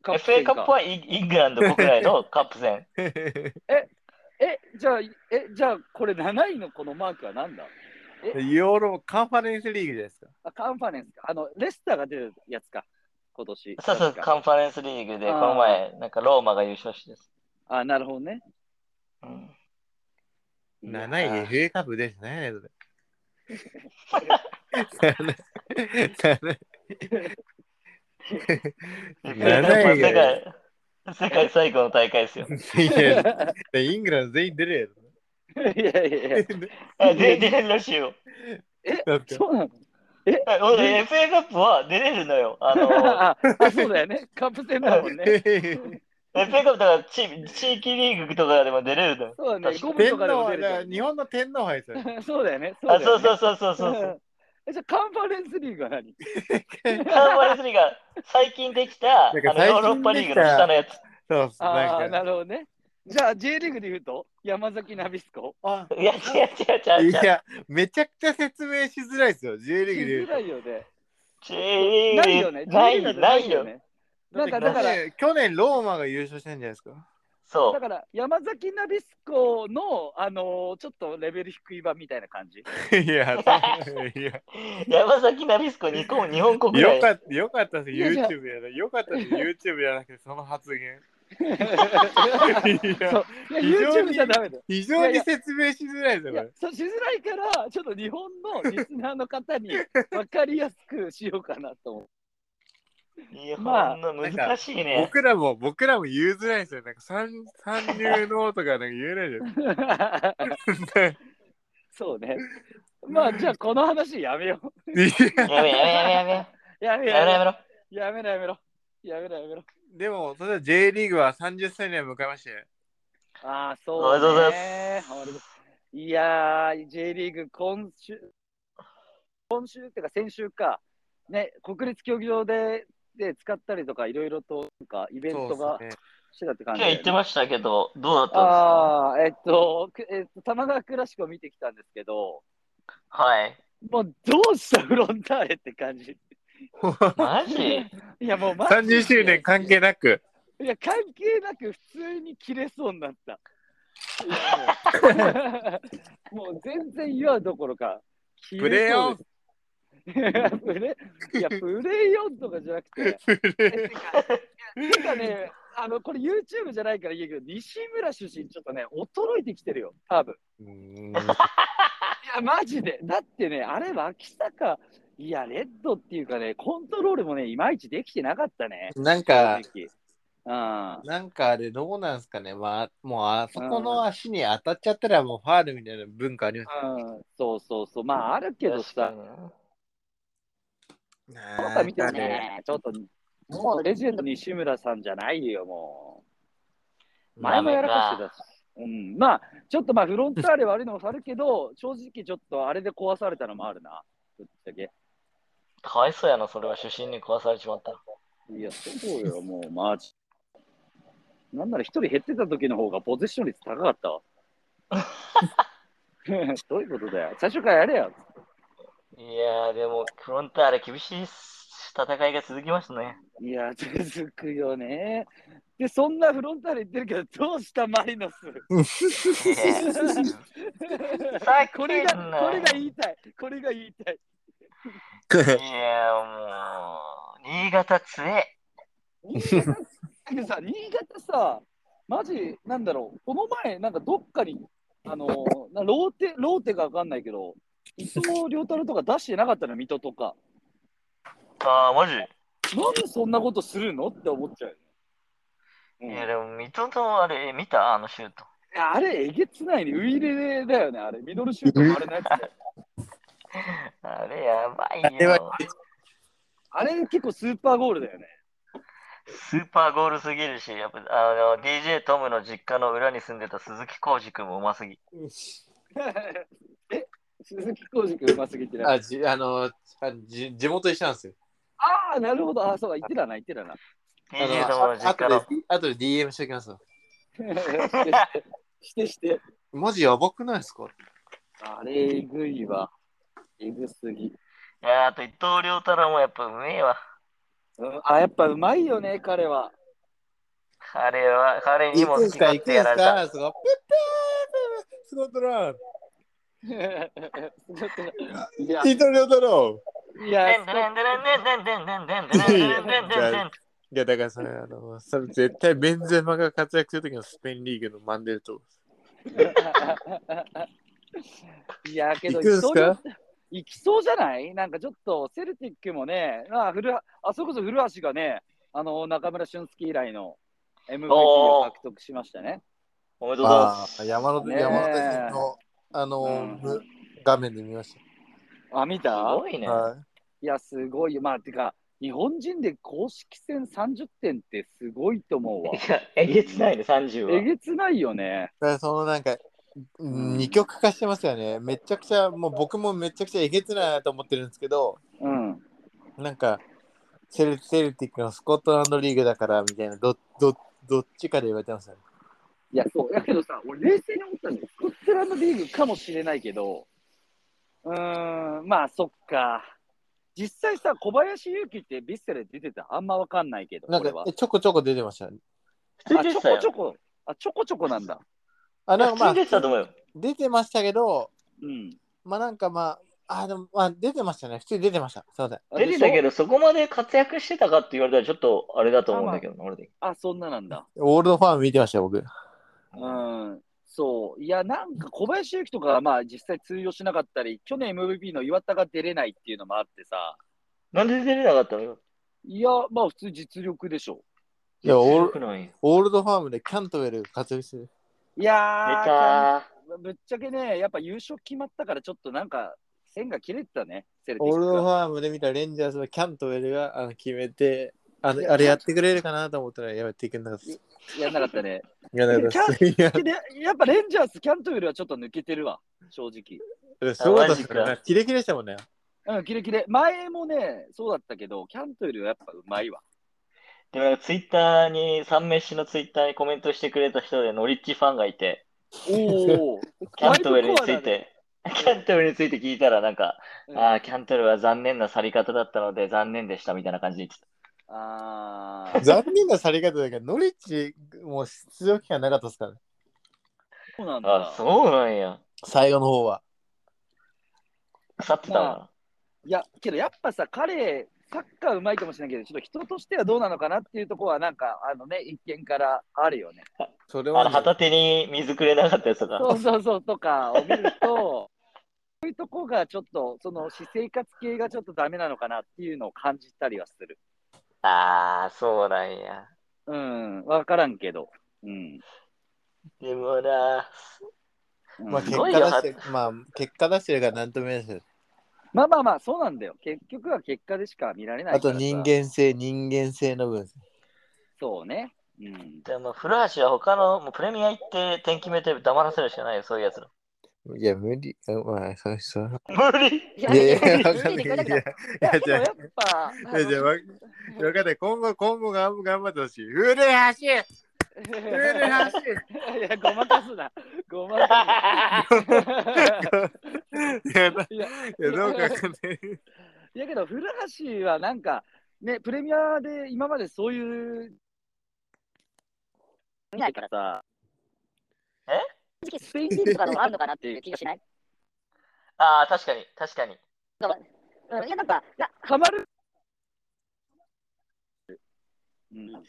[SPEAKER 4] カップ
[SPEAKER 5] FA カップはイイングランド国内のカップ戦。
[SPEAKER 4] え、じゃあ、え、じゃあ、これ7位のこのマークは何だ
[SPEAKER 1] ヨーロカンファレンスリーグじゃないですか。
[SPEAKER 4] あカンファレンスか。あの、レスターが出るやつか。今年。
[SPEAKER 5] そうそう、
[SPEAKER 4] 確
[SPEAKER 5] カ
[SPEAKER 4] か
[SPEAKER 5] ンファレンスリーグで、
[SPEAKER 4] あ
[SPEAKER 5] こ
[SPEAKER 4] ー
[SPEAKER 5] の前、なんかローマが優勝してです。
[SPEAKER 4] あ、なるほどね。
[SPEAKER 5] うん、
[SPEAKER 1] 7
[SPEAKER 4] いや
[SPEAKER 1] 位 FA カップですね。7位
[SPEAKER 5] 世
[SPEAKER 1] がい
[SPEAKER 5] 界世界最後の大会 ですよ。
[SPEAKER 1] やイングランド全員出れよ。
[SPEAKER 4] いやいやいや。
[SPEAKER 5] あで出れるらしいよ。
[SPEAKER 1] だって
[SPEAKER 4] そうなの
[SPEAKER 5] あ俺 FA カップは出れるのよ。あ の
[SPEAKER 4] ああ、そうだよね。カップ戦だもんね。
[SPEAKER 5] FA カップとか地地域リーグとかでも出れるのよ。
[SPEAKER 4] そうだね。
[SPEAKER 5] 確か
[SPEAKER 4] ゴム
[SPEAKER 1] 天
[SPEAKER 4] とかでも
[SPEAKER 1] 皇
[SPEAKER 4] 出るから
[SPEAKER 1] だ日本の天皇杯ですよね。
[SPEAKER 4] そうだよね。
[SPEAKER 5] あそう
[SPEAKER 4] だよ
[SPEAKER 5] そ
[SPEAKER 4] ね
[SPEAKER 5] うそうそうそ うそう。
[SPEAKER 4] えじゃあカンファレンスリーグは何
[SPEAKER 5] カンファレンスリーグが最近できたあ
[SPEAKER 1] なんか
[SPEAKER 5] のヨ
[SPEAKER 1] 最近
[SPEAKER 5] ーロッパリーグの下のやつ。
[SPEAKER 1] そうっす
[SPEAKER 4] あ
[SPEAKER 1] な
[SPEAKER 4] あ、
[SPEAKER 1] んか
[SPEAKER 4] なるほどね。じゃあ J リーグで言うと、山崎ナビスコ。
[SPEAKER 1] あ
[SPEAKER 5] いや、違う違う違う
[SPEAKER 1] い
[SPEAKER 5] 違う。
[SPEAKER 1] や、めちゃくちゃ説明しづらいですよ、J リーグ
[SPEAKER 4] し
[SPEAKER 1] で言う
[SPEAKER 4] づ
[SPEAKER 1] と
[SPEAKER 4] らいよね。
[SPEAKER 5] J リーグ
[SPEAKER 4] ないよね。
[SPEAKER 5] な
[SPEAKER 4] J リー
[SPEAKER 5] い、
[SPEAKER 4] グ
[SPEAKER 5] ないよ。。
[SPEAKER 1] だ
[SPEAKER 4] なん
[SPEAKER 1] って
[SPEAKER 4] かだから、
[SPEAKER 1] 去年ローマが優勝してんじゃないですか。
[SPEAKER 5] そう
[SPEAKER 4] だ。から山崎ナビスコの、あのーちょっとレベル低い版みたいな感じ。
[SPEAKER 1] いや、そういや
[SPEAKER 5] 山崎ナビスコ日本日本国内
[SPEAKER 1] よかった、よかったです、
[SPEAKER 4] いやじゃあ
[SPEAKER 1] YouTube やな。よかったです、YouTube やなくて、その発言。
[SPEAKER 4] そういや
[SPEAKER 1] 非常に
[SPEAKER 4] YouTube じゃダメだよ。
[SPEAKER 1] 非常に説明しづらいぞ、
[SPEAKER 4] い
[SPEAKER 1] こ
[SPEAKER 4] や
[SPEAKER 1] れ。
[SPEAKER 4] そうしづらいから、ちょっと日本のリスナーの方に分かりやすくしようかなと思う。
[SPEAKER 5] いや、
[SPEAKER 4] まあ
[SPEAKER 5] まあ、難しいね。
[SPEAKER 1] 僕らも、僕らも言いづらいですよ。なんか参、参入のとかなんか言えない じゃん。
[SPEAKER 4] そうね。まあ、じゃあこの話やめよう。
[SPEAKER 1] いや
[SPEAKER 5] やめやめやめや
[SPEAKER 4] やめ
[SPEAKER 5] め。やめろや
[SPEAKER 4] や
[SPEAKER 5] めろ。
[SPEAKER 4] めやめろやめろ。やめろやめろ。
[SPEAKER 1] でも、それは J リーグは30歳には迎えまして。
[SPEAKER 4] ああ、
[SPEAKER 5] おめでと
[SPEAKER 4] そ
[SPEAKER 5] うご
[SPEAKER 4] う
[SPEAKER 5] ざい
[SPEAKER 4] ね。おめでとういやー、J リーグ今週、今週っていうか先週か、ね、国立競技場でで使ったりとか、いろいろとなんかイベン
[SPEAKER 1] そう
[SPEAKER 4] トが
[SPEAKER 1] ですね。
[SPEAKER 4] してたって感じ
[SPEAKER 5] 今
[SPEAKER 4] だよ
[SPEAKER 5] 日言
[SPEAKER 4] ね
[SPEAKER 5] ってましたけど、どうだったんで
[SPEAKER 4] ああ、えっと、くえっと、玉川クラシコ見てきたんですけど、
[SPEAKER 5] すかはい。
[SPEAKER 4] もうどうしたフロンターレって感じ。
[SPEAKER 5] マジ
[SPEAKER 4] いやもうマジで
[SPEAKER 1] 30周年関係な く。
[SPEAKER 4] いや関係なく普通に切れそうになった。いやもうもう全然言わんどころ か。
[SPEAKER 1] プレーオン
[SPEAKER 4] ン プレいや、プレイオンとかじゃなくて。 えてかいやてかね、あの、これ YouTube じゃないから言うけど、西村出身、ちょっとね、衰えてきてるよ、多分
[SPEAKER 1] うーん
[SPEAKER 4] いや、マジで。だってね、あれ、脇坂、いや、レッドっていうかね、コントロールもね、いまいちできてなかったね。
[SPEAKER 1] なんか、
[SPEAKER 4] 正直。
[SPEAKER 1] なんかあれどうなんすかね。まあ、もうあそこの足に当たっちゃったらもうファールみたいな文化あります
[SPEAKER 4] うん。うん。そうそうそう。まあ、あるけどさ、
[SPEAKER 1] ね。
[SPEAKER 4] なんか見てね、ちょっと、もうレジェンド西村さんじゃないよ、もう。前もやらかしてたし。うん、まあ、ちょっとまあ、フロンターレ悪いのもあるけど、 正直ちょっとあれで壊されたのもあるな。ぶっちゃけ。
[SPEAKER 5] かわいそうやな、それは主審に壊されちまった。
[SPEAKER 4] いや、そうよ、もう、マジ。なんなら一人減ってた時の方がポゼッション率高かった わ。どういうことだよ。最初からやれよ。
[SPEAKER 5] いやー、でも、フロンターレ厳しい戦いが続きましたね。
[SPEAKER 4] いや、続くよね。で、そんなフロンターレ言ってるけど、どうしたマリノス
[SPEAKER 5] さっきの
[SPEAKER 4] これが、これが言いたい。これが言いたい。
[SPEAKER 5] いやー、もう、新潟強え。
[SPEAKER 4] 新潟だけどさ、新潟さ、マジ、なんだろう、この前、なんかどっかに、あのーなローテ、ローテかわかんないけど、伊藤良太郎とか出してなかったの、水戸とか。
[SPEAKER 5] あー、マジ
[SPEAKER 4] なんでそんなことするのって思っちゃうよね、
[SPEAKER 5] い
[SPEAKER 4] うん
[SPEAKER 5] や、でも、水戸のあれ、見たあのシュート。
[SPEAKER 4] いやあれ、えげつないね。ウイレだよね、あれ。ミドルシュートもあれのやつだよね
[SPEAKER 5] あれ、やばいよ。
[SPEAKER 1] あれは
[SPEAKER 4] あれ結構スーパーゴールだよね。
[SPEAKER 5] スーパーゴールすぎるし、やっぱ、あの、DJ トムの実家の裏に住んでた鈴木浩二君もうますぎ。
[SPEAKER 4] え鈴木浩二君うますぎてない。
[SPEAKER 1] あ、じ、あの、あじ地元一緒なんですよ。
[SPEAKER 4] ああ、なるほど。ああ、そうか、言ってたな、言って たな。
[SPEAKER 1] あ
[SPEAKER 5] DJ トムの
[SPEAKER 1] あ
[SPEAKER 5] 実家
[SPEAKER 1] と
[SPEAKER 5] の。
[SPEAKER 1] で、あとで DM しておきますわ。
[SPEAKER 4] してしてして。
[SPEAKER 1] マジやばくないですか
[SPEAKER 4] あれ、えぐいわ。えぐすぎ。
[SPEAKER 5] いやー、あと伊藤亮太郎もやっぱうめえわ。
[SPEAKER 4] うんあ、やっぱうまいよね、彼は。
[SPEAKER 5] 彼は、彼に
[SPEAKER 1] い
[SPEAKER 5] も
[SPEAKER 1] くんすか
[SPEAKER 5] 使
[SPEAKER 1] い
[SPEAKER 5] っ
[SPEAKER 1] く
[SPEAKER 5] て
[SPEAKER 1] んす
[SPEAKER 5] やられた。
[SPEAKER 1] かすごい。すごいドラ
[SPEAKER 4] いや、
[SPEAKER 1] イトリオドロ
[SPEAKER 4] いや、
[SPEAKER 5] でんでんでんでんでんでんでんでんでんでんでんでんでんでんでん
[SPEAKER 1] ーいや、だからさ、あの、それ絶対ベンゼマが活躍するときのスペインリーグのマンデルと。
[SPEAKER 4] いや、けど、
[SPEAKER 1] 行くんすか
[SPEAKER 4] 行きそう行きそうじゃないなんかちょっと、セルティックもね、まあ、古はあそれこそ古橋がね、あの、中村俊輔以来の MVP を獲得しましたね。
[SPEAKER 5] おめでとうございま
[SPEAKER 1] ああ、山手、
[SPEAKER 4] ねえ
[SPEAKER 1] 山手線の、あの、
[SPEAKER 4] う
[SPEAKER 1] 画面で見まし
[SPEAKER 4] あ、見
[SPEAKER 5] す。す
[SPEAKER 4] た
[SPEAKER 5] ごいね
[SPEAKER 1] た。。はい
[SPEAKER 4] や、すごいよ。まあ、てか、日本人で公式戦30点ってすごいと 思うわ。
[SPEAKER 5] いや、えげつないね、30
[SPEAKER 4] え
[SPEAKER 5] は。
[SPEAKER 4] げつないよね。
[SPEAKER 1] だからそのなんか、
[SPEAKER 4] ん
[SPEAKER 1] 二極化してますよね。めちゃくちゃ、もう僕もめちゃくちゃえげつないなと思ってるんですけど、
[SPEAKER 4] うん。
[SPEAKER 1] なんか、セルセルティックのスコットランドリーグだからみたいな、どどどっちかで言われてますよね。
[SPEAKER 4] いや、そう。だけどさ、俺、冷静に思ったんだよ。スコットランドリーグかもしれないけど、うーん、まあ、そっか。実際さ、小林勇輝ってヴィッセルで出てたあんまわかんないけど、
[SPEAKER 1] なん
[SPEAKER 4] これ
[SPEAKER 1] か
[SPEAKER 4] は。、
[SPEAKER 1] えちょこちょこ出てましたよね。
[SPEAKER 5] 普通
[SPEAKER 4] あ、
[SPEAKER 5] で
[SPEAKER 4] ちょ
[SPEAKER 5] した
[SPEAKER 4] こ
[SPEAKER 5] よ
[SPEAKER 4] ち。ょこ、あ、ちょこちょこなんだ。
[SPEAKER 1] あ、なん
[SPEAKER 5] 普
[SPEAKER 1] かま
[SPEAKER 5] 通で
[SPEAKER 1] あ、
[SPEAKER 5] したと思うよ。
[SPEAKER 1] 出てましたけど、
[SPEAKER 4] うん。
[SPEAKER 1] まあなんかまあ、あ、でも、まあ、出てましたね。普通に出てました。すいません。
[SPEAKER 6] 出てたけ
[SPEAKER 4] ど。
[SPEAKER 6] ど、そこまで活躍してたかって言われたら、ちょっとあれだと思うんだけどな、俺で。
[SPEAKER 4] あ、そんななんだ。
[SPEAKER 1] オールドファーム見てましたよ、僕。
[SPEAKER 4] うん。そう。いや、なんか小林幸とかはまあ実際通用しなかったり、去年 MVP の岩田が出れないっていうのもあってさ、
[SPEAKER 6] なんで出れなかったのよ。
[SPEAKER 4] いや、まあ普通実力でしょ。
[SPEAKER 1] いやオール
[SPEAKER 6] 強くないよ
[SPEAKER 1] オールドファームでキャントウェル活躍してる。
[SPEAKER 4] い
[SPEAKER 6] 出
[SPEAKER 4] やー
[SPEAKER 6] た
[SPEAKER 4] ぶっちゃけね、やっぱ優勝決まったから、ちょっとなんか、線が切れてたね、セルティ
[SPEAKER 1] オ
[SPEAKER 4] ッ
[SPEAKER 1] ール
[SPEAKER 4] ク
[SPEAKER 1] ドフ
[SPEAKER 4] が。
[SPEAKER 1] ァームで見たレンジャーズのキャントウェルがあの決めて、あ
[SPEAKER 4] い
[SPEAKER 1] の
[SPEAKER 4] や
[SPEAKER 1] あれやってくれるかなと思ったらやめていけなかったです。
[SPEAKER 4] やんなかったね。
[SPEAKER 1] いや、なかったです。いや、
[SPEAKER 4] で、やっぱレンジャーズ、キャントよりはちょっと抜けてるわ、正直。
[SPEAKER 1] すごかったで
[SPEAKER 6] マジ
[SPEAKER 1] すよ
[SPEAKER 6] か
[SPEAKER 1] ね。キレキレしたもんね。
[SPEAKER 4] うん、キレキレ。前もね、そうだったけど、キャントよりはやっぱうまいわ。
[SPEAKER 5] でもなんかツイッターに、三飯のツイッターにコメントしてくれた人でノリッチファンがいて、
[SPEAKER 4] おお。
[SPEAKER 5] キャントウェルについて、キャントウェルについて聞いたらなんか、
[SPEAKER 4] うん。
[SPEAKER 5] あ
[SPEAKER 4] あ
[SPEAKER 5] あ、キャントウェルは残念な去り方だったので残念でしたみたいな感じで言ってた。
[SPEAKER 4] あー。
[SPEAKER 1] 残念なされ方だけど、ノリッチもう出場期間なかったですからね。
[SPEAKER 4] そうなん
[SPEAKER 5] あ
[SPEAKER 4] だ
[SPEAKER 5] あ、。そうなんや。
[SPEAKER 1] 最後の方は。
[SPEAKER 5] 腐ってたな。
[SPEAKER 4] まいや、けどやっぱさ、彼、サッカーうまいかもしれないけど、ちょっと人としてはどうなのかなっていうところは、なんか、あのね、一見からあるよね。
[SPEAKER 1] それ
[SPEAKER 5] あ
[SPEAKER 1] は
[SPEAKER 5] の
[SPEAKER 1] ね、
[SPEAKER 5] 旗手に水くれなかったやつ とか。
[SPEAKER 4] そうそうそうとかを見ると、そういうとこがちょっと、その私生活系がちょっとダメなのかなっていうのを感じたりはする。
[SPEAKER 5] ああ、そうなんや。
[SPEAKER 4] うん、わからんけど。うん。
[SPEAKER 5] でもな、
[SPEAKER 4] うん
[SPEAKER 1] まあ、
[SPEAKER 5] す
[SPEAKER 1] 結
[SPEAKER 5] ご
[SPEAKER 1] 果
[SPEAKER 5] い
[SPEAKER 1] 出
[SPEAKER 5] よ
[SPEAKER 1] してる、まあ、結果出してるからなんとも言えないです
[SPEAKER 4] まあまあまあ、そうなんだよ。結局は結果でしか見られ
[SPEAKER 1] け
[SPEAKER 4] な
[SPEAKER 1] ど。あ
[SPEAKER 4] いか
[SPEAKER 1] と
[SPEAKER 4] らさ
[SPEAKER 1] 人。間性、人間性の部分。
[SPEAKER 4] そうね。うん。
[SPEAKER 5] でも古橋は他のもうプレミア行って点決めて黙らせるしかないよ、そういうや つら。
[SPEAKER 1] いや、無理。あまあ、そうそう。
[SPEAKER 5] 無理
[SPEAKER 4] い
[SPEAKER 1] いやいや、わ
[SPEAKER 4] 無
[SPEAKER 1] かん
[SPEAKER 4] 理
[SPEAKER 1] な
[SPEAKER 4] に
[SPEAKER 1] い。いや、
[SPEAKER 4] 行かないきゃい
[SPEAKER 1] や、
[SPEAKER 4] やで
[SPEAKER 1] じゃ
[SPEAKER 4] もやっぱ、あの
[SPEAKER 1] いやいやわわかんない。今後、今後頑頑張ってほしい。古橋古
[SPEAKER 4] いや、ごまかすな。ごまかすな。
[SPEAKER 1] 橋いや、ない
[SPEAKER 4] や、
[SPEAKER 1] いやどうかわかんない。
[SPEAKER 4] いやけど、古橋はなんか、ね、プレミアで今までそういう。
[SPEAKER 7] 見ないから
[SPEAKER 4] さ、
[SPEAKER 7] 正直スペインリーグとかのもあるのかなっていう気がしない
[SPEAKER 5] ああ、確かに、確かに。
[SPEAKER 7] うん、いや、なんか、な
[SPEAKER 4] ハマる。うん、い
[SPEAKER 7] わ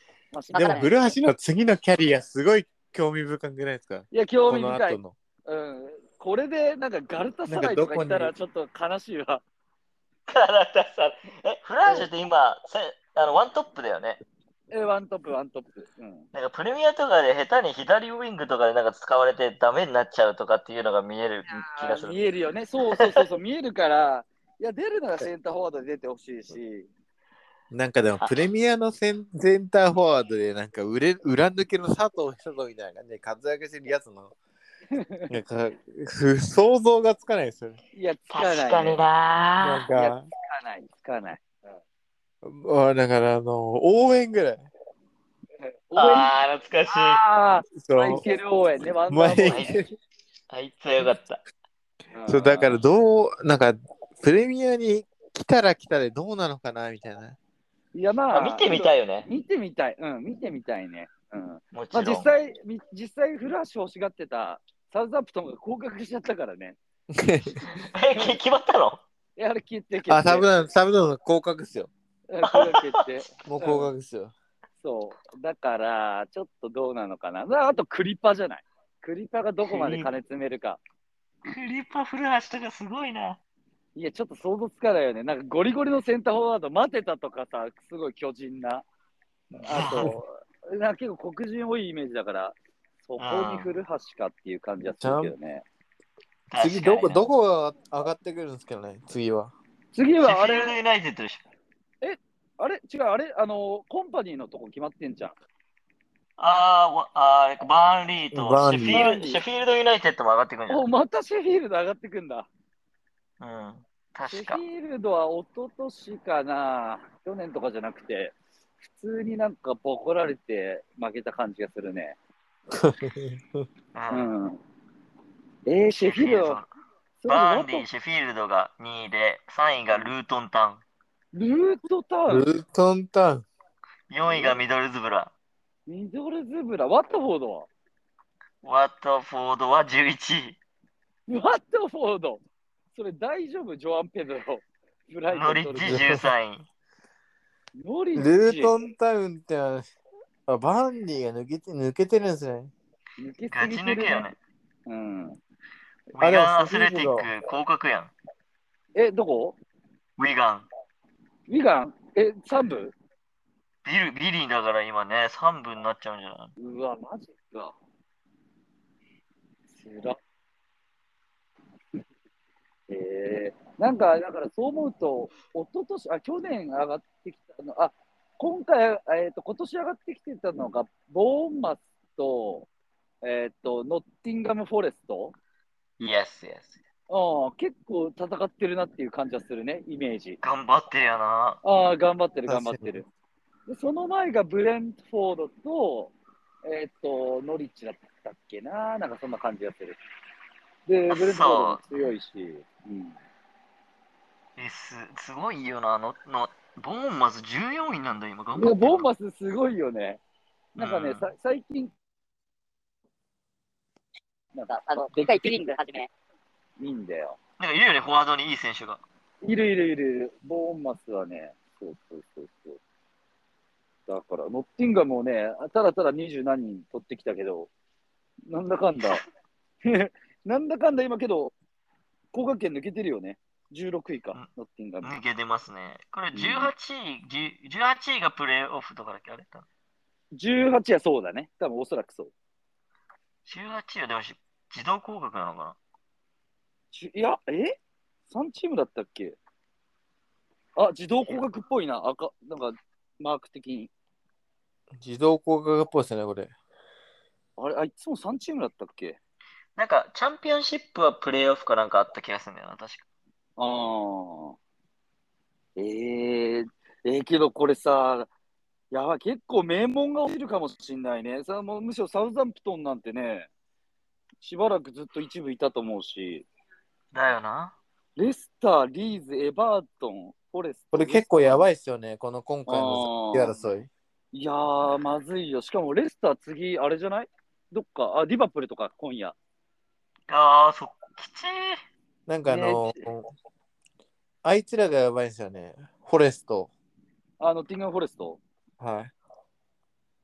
[SPEAKER 7] から
[SPEAKER 1] で
[SPEAKER 7] な
[SPEAKER 1] も、
[SPEAKER 7] い
[SPEAKER 1] 古橋の次のキャリア、すごい興味深くないですか
[SPEAKER 4] や、興
[SPEAKER 1] こ
[SPEAKER 4] 味
[SPEAKER 1] の
[SPEAKER 4] 深
[SPEAKER 1] 後
[SPEAKER 4] い。
[SPEAKER 1] の。
[SPEAKER 4] うん、これで、なんかガルタサライとか来たら、ちょっと悲しいわ。
[SPEAKER 5] からださえ、フラージュって今、せあのワントップだよね。
[SPEAKER 4] え、ワントップ、ワントップ。うん。
[SPEAKER 5] なんかプレミアとかで下手に左ウィングとかでなんか使われてダメになっちゃうとかっていうのが見える気がす
[SPEAKER 4] 見
[SPEAKER 5] る。
[SPEAKER 4] えるよね。そうそうそうそう、見えるから。いや、出るならセンターフォワードで出てほしいし。
[SPEAKER 1] なんかでも、プレミアのセンセンターフォワードで、なんか売れ、裏抜けの佐藤久人みたいな感じで活躍してるやつ の、なんか、ふ想像がつかないですよね。
[SPEAKER 4] いや、つかない、ね。
[SPEAKER 5] 確かに
[SPEAKER 4] つか
[SPEAKER 5] な
[SPEAKER 1] なん
[SPEAKER 5] ぁ。
[SPEAKER 4] いや
[SPEAKER 1] か、
[SPEAKER 4] ない、つかない。
[SPEAKER 1] あだから、あの、応援ぐらい。
[SPEAKER 5] ああ、懐かしい。
[SPEAKER 4] ああ、
[SPEAKER 1] そ
[SPEAKER 4] マイ
[SPEAKER 1] う。
[SPEAKER 4] ケル・応援ね、ワンダ
[SPEAKER 1] マイ
[SPEAKER 4] ーボーイ
[SPEAKER 1] ケル
[SPEAKER 5] あいつはよかった。
[SPEAKER 1] そう、だから、どう、なんか、プレミアに来たら来たでどうなのかな、みたいな。
[SPEAKER 4] いや、ま
[SPEAKER 5] あ
[SPEAKER 4] あ、
[SPEAKER 5] 見てみたいよね。
[SPEAKER 4] 見てみたい。うん、見てみたいね。うん。
[SPEAKER 5] もち
[SPEAKER 4] まあ、
[SPEAKER 5] ろん。
[SPEAKER 4] 実際、み実際、フラッシュ欲しがってたサウザンプトンが降格しちゃったからね。
[SPEAKER 5] え、き決まったの
[SPEAKER 4] いや、あれ、決定決定。
[SPEAKER 1] あ、サブダン、サブダンの降格っすよ。
[SPEAKER 4] うんこれが決定。
[SPEAKER 1] もう降格っすよ。
[SPEAKER 4] そう。だから、ちょっとどうなのかな。まああと、クリパじゃない。クリパがどこまで金詰めるか。
[SPEAKER 5] クリッパ古橋とかすごいな。
[SPEAKER 4] いや、ちょっと想像つかないよね。なんか、ゴリゴリのセンターフォワード、待てたとかさ、すごい巨人な。あと、なんか結構黒人多いイメージだから、そこに古橋かっていう感じはするけどね。
[SPEAKER 1] 次、どこ、ど
[SPEAKER 5] こ
[SPEAKER 1] こが上がってくるんですけどね、次は。
[SPEAKER 4] 次
[SPEAKER 5] シ
[SPEAKER 4] はあ
[SPEAKER 5] ェフィー
[SPEAKER 4] れ
[SPEAKER 5] ルド、ユナイテッドでしょ。
[SPEAKER 4] あれ違う、あれあの、コンパニーのとこ決まってんじゃん。
[SPEAKER 5] あーわあー、バーンリーと
[SPEAKER 1] バー
[SPEAKER 5] シ
[SPEAKER 1] ン
[SPEAKER 5] ェフ
[SPEAKER 1] リー
[SPEAKER 5] ィール、シェフィールドユナイテッドも上がってくるんじゃ
[SPEAKER 4] お、またシェフィールド上がってくんだ。
[SPEAKER 5] ないうん。
[SPEAKER 4] シェ
[SPEAKER 5] 確
[SPEAKER 4] フ
[SPEAKER 5] か。
[SPEAKER 4] ィールドは一昨年かな、去年とかじゃなくて、普通になんかボコられて負けた感じがするね。う
[SPEAKER 5] うん
[SPEAKER 4] ん。えー、シェフィールド、そうだ
[SPEAKER 5] バー
[SPEAKER 4] も
[SPEAKER 5] ン
[SPEAKER 4] っ
[SPEAKER 5] リー、
[SPEAKER 4] と
[SPEAKER 5] シェフィールドが2位で、3位がルートンタウン、
[SPEAKER 4] ルートタウ
[SPEAKER 1] ル
[SPEAKER 4] ン、
[SPEAKER 1] ートンタウン。
[SPEAKER 5] 4位がミドルズブラ、
[SPEAKER 4] ミドルズブラ、ワットフォードは
[SPEAKER 5] ワットフォードは11位。
[SPEAKER 4] ワットフォードそれ大丈夫ジョアン・ペドロ。ブライト
[SPEAKER 5] ノ
[SPEAKER 4] ン
[SPEAKER 5] リ
[SPEAKER 4] 取
[SPEAKER 5] ッ
[SPEAKER 4] る
[SPEAKER 5] ジ13位。
[SPEAKER 4] ノリ
[SPEAKER 1] ル
[SPEAKER 4] ッジ
[SPEAKER 1] ートンタウンってあバンディが抜けて抜けてるんですね。
[SPEAKER 4] 抜け
[SPEAKER 5] ガ
[SPEAKER 4] すぎ
[SPEAKER 5] チ
[SPEAKER 4] て
[SPEAKER 5] 抜
[SPEAKER 4] る
[SPEAKER 5] けよね。。
[SPEAKER 4] うん。
[SPEAKER 5] ウ
[SPEAKER 1] あ
[SPEAKER 5] ィ
[SPEAKER 1] でも
[SPEAKER 5] ガンアスレティ
[SPEAKER 1] そう
[SPEAKER 5] ック降格やん。
[SPEAKER 4] え、どこ
[SPEAKER 5] ウィガン。
[SPEAKER 4] ウィガンえ、3部
[SPEAKER 5] ビル、ビリーだから今ね、3部になっちゃうんじゃないう
[SPEAKER 4] わ、マジか。つら。 えー、なんか、だからそう思うと、一昨年あ、去年上がってきたの、あ、今回、えっ、と、今年上がってきてたのが、ボーンマスと、えっ、と、ノッティンガム・フォレスト。
[SPEAKER 5] イエスイエス。
[SPEAKER 4] ああ、結構戦ってるなっていう感じはするね、イメージ。
[SPEAKER 5] 頑張ってるよな。
[SPEAKER 4] ああ、頑張ってる、頑張ってる。でその前がブレントフォードと、えーっ、と、ノリッチだったっけな、なんかそんな感じやってる。で、ブレントフォードも強いし、うん、
[SPEAKER 5] えすすごいよな。あののボーンマス14位なんだ、今。頑
[SPEAKER 4] い
[SPEAKER 5] 張
[SPEAKER 4] や
[SPEAKER 5] ってる
[SPEAKER 4] ボンバスすごいよね。なんかね、
[SPEAKER 5] うん
[SPEAKER 4] さ最近、なんか
[SPEAKER 7] あの、でかいピリングはじめ。
[SPEAKER 4] いいんだよ。
[SPEAKER 5] なんかいるよね、フォワードにいい選手が。
[SPEAKER 4] いるいるいるいる。ボーンマスはね、そうそうそうそう。だから、ノッティンガムもね、ただただ二十何人取ってきたけど、なんだかんだ、なんだかんだ今けど、高学圏抜けてるよね。16位か、ノッティンガム。
[SPEAKER 5] 抜けてますね。これ18位、10 18位がプレーオフとかだっけあれだ
[SPEAKER 4] 18はそうだね。多分おそらくそう。
[SPEAKER 5] ?18 位はでもし自動降格なのか
[SPEAKER 4] じゅいや、え ?3 チームだったっけあ、自動降格っぽいな。赤、なんか、マーク的に。
[SPEAKER 1] 自動降格っぽいですね、これ。
[SPEAKER 4] あれ、あいつも3チームだったっけ
[SPEAKER 5] ななんかチャンピオンシップはプレーオフかなんかあった気がするんだよな、確か。
[SPEAKER 4] ああ。えー、えー、けどこれさ、やばい、結構名門が落ちるかもしんないね。さもうむしろサウザンプトンなんてね、しばらくずっと一部いたと思うし、
[SPEAKER 5] だよな。
[SPEAKER 4] レスター、リーズ、エバートン、フォレスト。
[SPEAKER 1] これ結構やばいですよね、この今回
[SPEAKER 4] あ
[SPEAKER 1] の
[SPEAKER 4] ー
[SPEAKER 1] 争い。
[SPEAKER 4] いやー、まずいよ。しかもレスター次、あれじゃないどっか、あ、リバプールとか、今夜。
[SPEAKER 5] ああ、そっきちい。
[SPEAKER 1] なんかあの、あいつらがやばいんですよね。フォレスト。
[SPEAKER 4] あの、ティンガンフォレスト。
[SPEAKER 1] は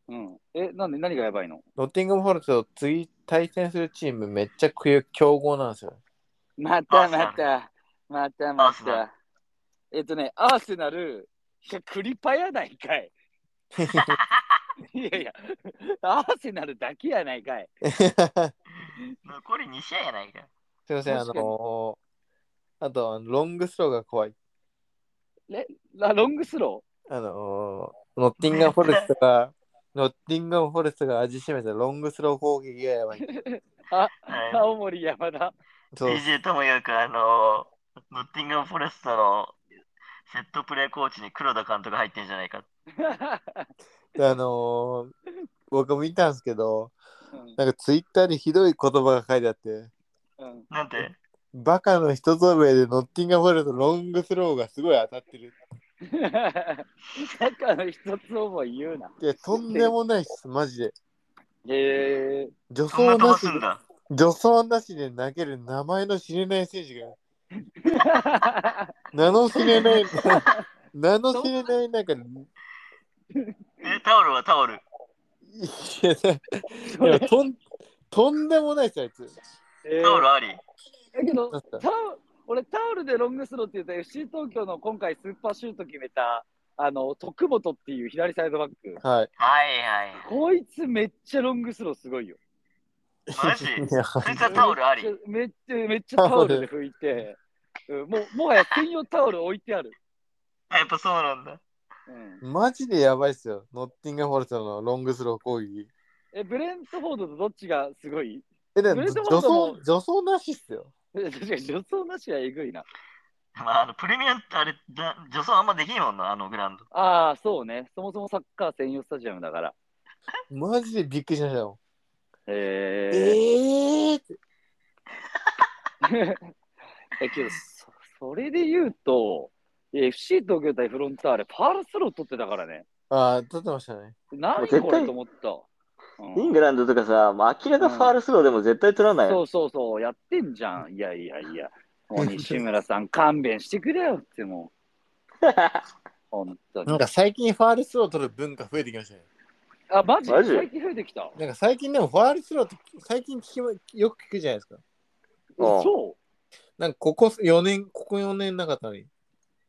[SPEAKER 1] い。
[SPEAKER 4] うん。え、なんで、何がやばいの
[SPEAKER 1] ノッティンガム・フォレストと次対戦するチームめっちゃ強強豪なんですよ。
[SPEAKER 4] ま
[SPEAKER 5] ア
[SPEAKER 4] た
[SPEAKER 5] ーセナ
[SPEAKER 4] また、またま
[SPEAKER 5] アーセナ
[SPEAKER 4] た。えっとね、アーセナル、いや、クリパやないか い。いやいや、アーセナルだけやないかい。
[SPEAKER 5] 残り2試合やないか。
[SPEAKER 1] すいません、あ
[SPEAKER 4] 確かに
[SPEAKER 1] のあと、ロングスローが怖い。
[SPEAKER 4] ラロングスロ
[SPEAKER 1] あのーノッティンガンフォレストが、 ノッティンガンフォレストが味しめたロングスロー攻撃がやばい。
[SPEAKER 4] ー、青森山田。
[SPEAKER 1] そう
[SPEAKER 5] DJ ともよく、あのーノッティンガム・フォレストのセットプレーコーチに黒田監督入ってんじゃないか。
[SPEAKER 1] あのー僕見たんですけど、なんかツイッターにひどい言葉が書いてあって、
[SPEAKER 4] うんうん
[SPEAKER 5] なんて、
[SPEAKER 1] バカの一つ上でノッティンガンフォレストロングスローがすごい当たってる。
[SPEAKER 4] サッカーの一つ思い言うな。
[SPEAKER 1] いや、とんでもないっ す、マジで。
[SPEAKER 4] へえ
[SPEAKER 1] 助
[SPEAKER 5] そんな
[SPEAKER 1] 走
[SPEAKER 5] 飛
[SPEAKER 1] な
[SPEAKER 5] ば
[SPEAKER 1] し
[SPEAKER 5] すん
[SPEAKER 1] で、
[SPEAKER 5] だ。
[SPEAKER 1] 助走なしで投げる名前の知れない選手が、 名の知れ ない、名の知れない、なんか、い
[SPEAKER 5] え、タオルはタオル。
[SPEAKER 1] や、いやとんとんでもないっす、あいつ。
[SPEAKER 4] え
[SPEAKER 5] タオ
[SPEAKER 4] ー
[SPEAKER 5] ルあり。
[SPEAKER 4] だけど
[SPEAKER 1] だった
[SPEAKER 4] タオ俺タオルでロングスローって言うと FC 東京の今回スーパーシュート決めたあの徳本っていう左サイドバック
[SPEAKER 1] はい。
[SPEAKER 5] はいはい。
[SPEAKER 4] こいつめっちゃロングスローすごいよ
[SPEAKER 5] マジ
[SPEAKER 1] いや
[SPEAKER 5] そいつはタオル あり。
[SPEAKER 4] めっちゃめっちゃタオルで拭いて、うん、もうもはや専用タオル置いてある、
[SPEAKER 5] あやっぱそうなんだ。
[SPEAKER 4] うん、
[SPEAKER 1] マジでやばいっすよ。ノッティンガンフォレストのロングスロー攻撃。
[SPEAKER 4] えブレントフォードとどっちがすごい
[SPEAKER 1] え、で
[SPEAKER 4] そ
[SPEAKER 1] も、
[SPEAKER 4] れ
[SPEAKER 1] 助
[SPEAKER 4] ともその
[SPEAKER 1] 走、助走なしっすよ。
[SPEAKER 4] 確かに助走なしはえぐいな
[SPEAKER 5] まあ、あのプレミアってあれ、だ助走あんまできんもんな、あのグラウンド。
[SPEAKER 4] ああそうねそもそもサッカー専用スタジアムだから
[SPEAKER 1] マジでびっくりしましたよ。
[SPEAKER 4] へ
[SPEAKER 1] え
[SPEAKER 4] え
[SPEAKER 1] ーって、
[SPEAKER 4] えけどそ、それで言うと、FC 東京対フロンターレ、パールスロー取ってたからね。
[SPEAKER 1] ああ、立ってましたね。
[SPEAKER 4] 何
[SPEAKER 5] 絶対
[SPEAKER 4] これと思った。うん
[SPEAKER 5] グランドとかさ、まあ、明ら
[SPEAKER 4] かファー
[SPEAKER 5] ルスローでも絶対取らな
[SPEAKER 4] そうそうそう、やってんじゃん。いやいやいや。もう西村さん、勘弁してくれよって、も う。本当
[SPEAKER 1] なん
[SPEAKER 4] に。
[SPEAKER 1] か最近ファールスロー取る文化増えてきましたね。
[SPEAKER 4] あ、マジ
[SPEAKER 5] マジ
[SPEAKER 4] 最近増えてきた。
[SPEAKER 1] なんか最近でもファールスローって最近聞きまよく聞くじゃないですか。
[SPEAKER 5] うん
[SPEAKER 4] そ
[SPEAKER 1] なんかここ4年、ここ4年なかったのに。
[SPEAKER 4] う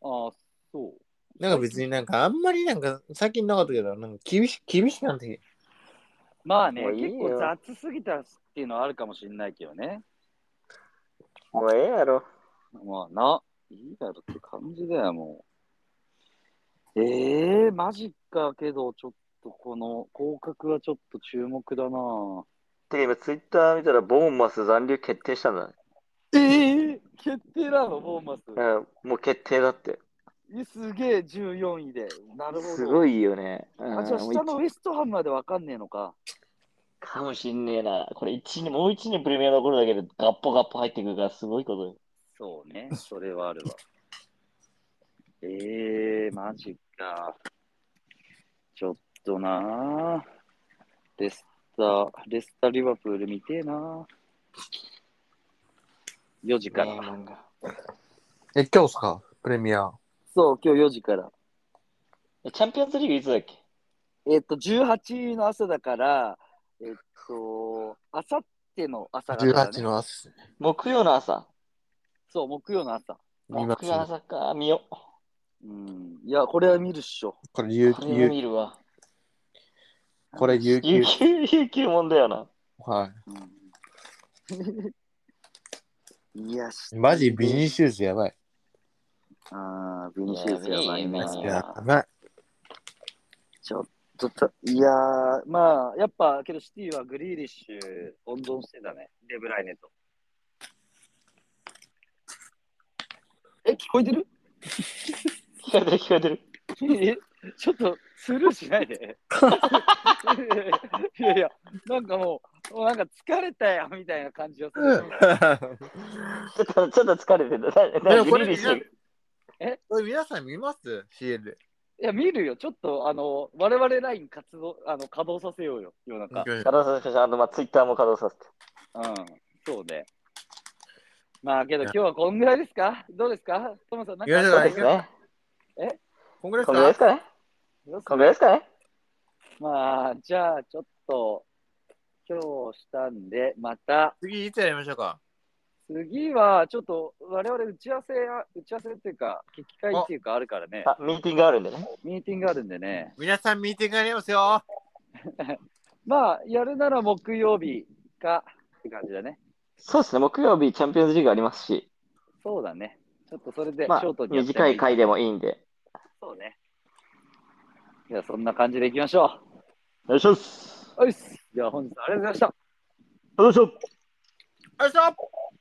[SPEAKER 4] あ、そう。
[SPEAKER 1] なんか別になんかあんまりなんか最近なかったけど、なんか厳し厳しくなんて。
[SPEAKER 4] まあね
[SPEAKER 5] も、ういいよ
[SPEAKER 4] 結構雑すぎたっていうのはあるかもしれないけどね。
[SPEAKER 5] もうええやろ。
[SPEAKER 4] まあな、いいだろって感じだよ、もう。ええー、マジかけど、ちょっとこの広角はちょっと注目だな
[SPEAKER 5] てか今ツイッター見たらボーンマス残留決定したんだね。
[SPEAKER 4] ええ決定なの、ボーマス。
[SPEAKER 5] うん、もう決定だって。
[SPEAKER 4] すげえ、14位で。なるほど。
[SPEAKER 5] すごいよね。うん
[SPEAKER 4] あ、じゃあ
[SPEAKER 5] もう
[SPEAKER 4] 下のウェストハムまでわかんねえのか。
[SPEAKER 5] かもしんねえな。これ一年、もう一年プレミア残るだけでガッポガッポ入ってくるからすごいことよ。
[SPEAKER 4] そう ね、それはあるわ。ええマジか。ちょっとなあレスター、レスターリバプール見てえな4時から。
[SPEAKER 1] え、今日っすかプレミア。
[SPEAKER 4] そう、今日4時から。
[SPEAKER 5] えチャンピオンズリーグいつだっけ
[SPEAKER 4] えっ、と、18の朝だから、えっ、と、あさっての朝だから、
[SPEAKER 1] 18
[SPEAKER 4] ね。
[SPEAKER 1] の朝。
[SPEAKER 5] 木曜の朝。
[SPEAKER 4] そう、木曜の朝。
[SPEAKER 1] 見
[SPEAKER 5] 木
[SPEAKER 1] ます
[SPEAKER 5] 曜の朝か、見よ。
[SPEAKER 4] うん。いや、これは見るっしょ。
[SPEAKER 1] これ有
[SPEAKER 5] これも
[SPEAKER 1] 有
[SPEAKER 5] 見るわ。
[SPEAKER 1] これ有
[SPEAKER 5] 有
[SPEAKER 1] 給。
[SPEAKER 5] 給、有給もんだよな。
[SPEAKER 1] は
[SPEAKER 4] うん いや、し
[SPEAKER 1] い。マジビニシューズやばい。
[SPEAKER 4] あー、ビニシウスやばいな。
[SPEAKER 5] やべえ
[SPEAKER 4] ち
[SPEAKER 5] な
[SPEAKER 1] やばい。
[SPEAKER 4] ょっと、いやー、まあ、やっぱ、けどシティはグリーリッシュ温存してたね。デブライネと。え、聞こえてる
[SPEAKER 5] 聞こえてる、聞こえてる。
[SPEAKER 4] えちょっとスルーしないで。 いやいや、なんかもう、もうなんか疲れたよみたいな感じがする。
[SPEAKER 5] ちょっと、ちょっと疲れてる。な
[SPEAKER 1] で
[SPEAKER 5] な
[SPEAKER 1] もこれ
[SPEAKER 5] グリーリッシュ
[SPEAKER 1] これ皆さん見ます ?CL で。
[SPEAKER 4] いや、見るよ。ちょっと、あの、我々ライン活動、あの、稼働させようよ、世の中。
[SPEAKER 5] 稼働させて、あの、まあ、ツイッターも稼働させて。
[SPEAKER 4] うん、そうね。まあけど今日はこんぐらいですかどうですかトムさん、なん
[SPEAKER 1] いやい
[SPEAKER 5] そう
[SPEAKER 1] や
[SPEAKER 4] か
[SPEAKER 5] ですね。
[SPEAKER 1] こんぐらい
[SPEAKER 5] こんぐらい
[SPEAKER 1] で
[SPEAKER 5] ですす
[SPEAKER 1] か
[SPEAKER 5] かねこんぐらいですかね
[SPEAKER 4] まあ、じゃあちょっと、今日したんで、また、
[SPEAKER 1] 次いつやりましょうか
[SPEAKER 4] 次はちょっと、我々打ち合わせや、打ち合わせっていうか、聞き会っていうかあるからね、
[SPEAKER 5] あ、ミーティングあるんでね。
[SPEAKER 4] ミーティングあるんでね。
[SPEAKER 1] 皆さんミーティングありますよ。
[SPEAKER 4] まあ、やるなら木曜日かって感じだね。
[SPEAKER 5] そうですね、木曜日チャンピオンズリーグありますし、
[SPEAKER 4] そうだね。ちょっとそれで、
[SPEAKER 5] まあ
[SPEAKER 4] ショート、にやっても
[SPEAKER 5] 短
[SPEAKER 4] い
[SPEAKER 5] い回でもいいんで。
[SPEAKER 4] そうね。じゃあそんな感じでいきましょ
[SPEAKER 5] お願いします。
[SPEAKER 4] う。はいっす。じゃあ本日はありがとうございました。
[SPEAKER 5] よいしょ。
[SPEAKER 1] よいしょ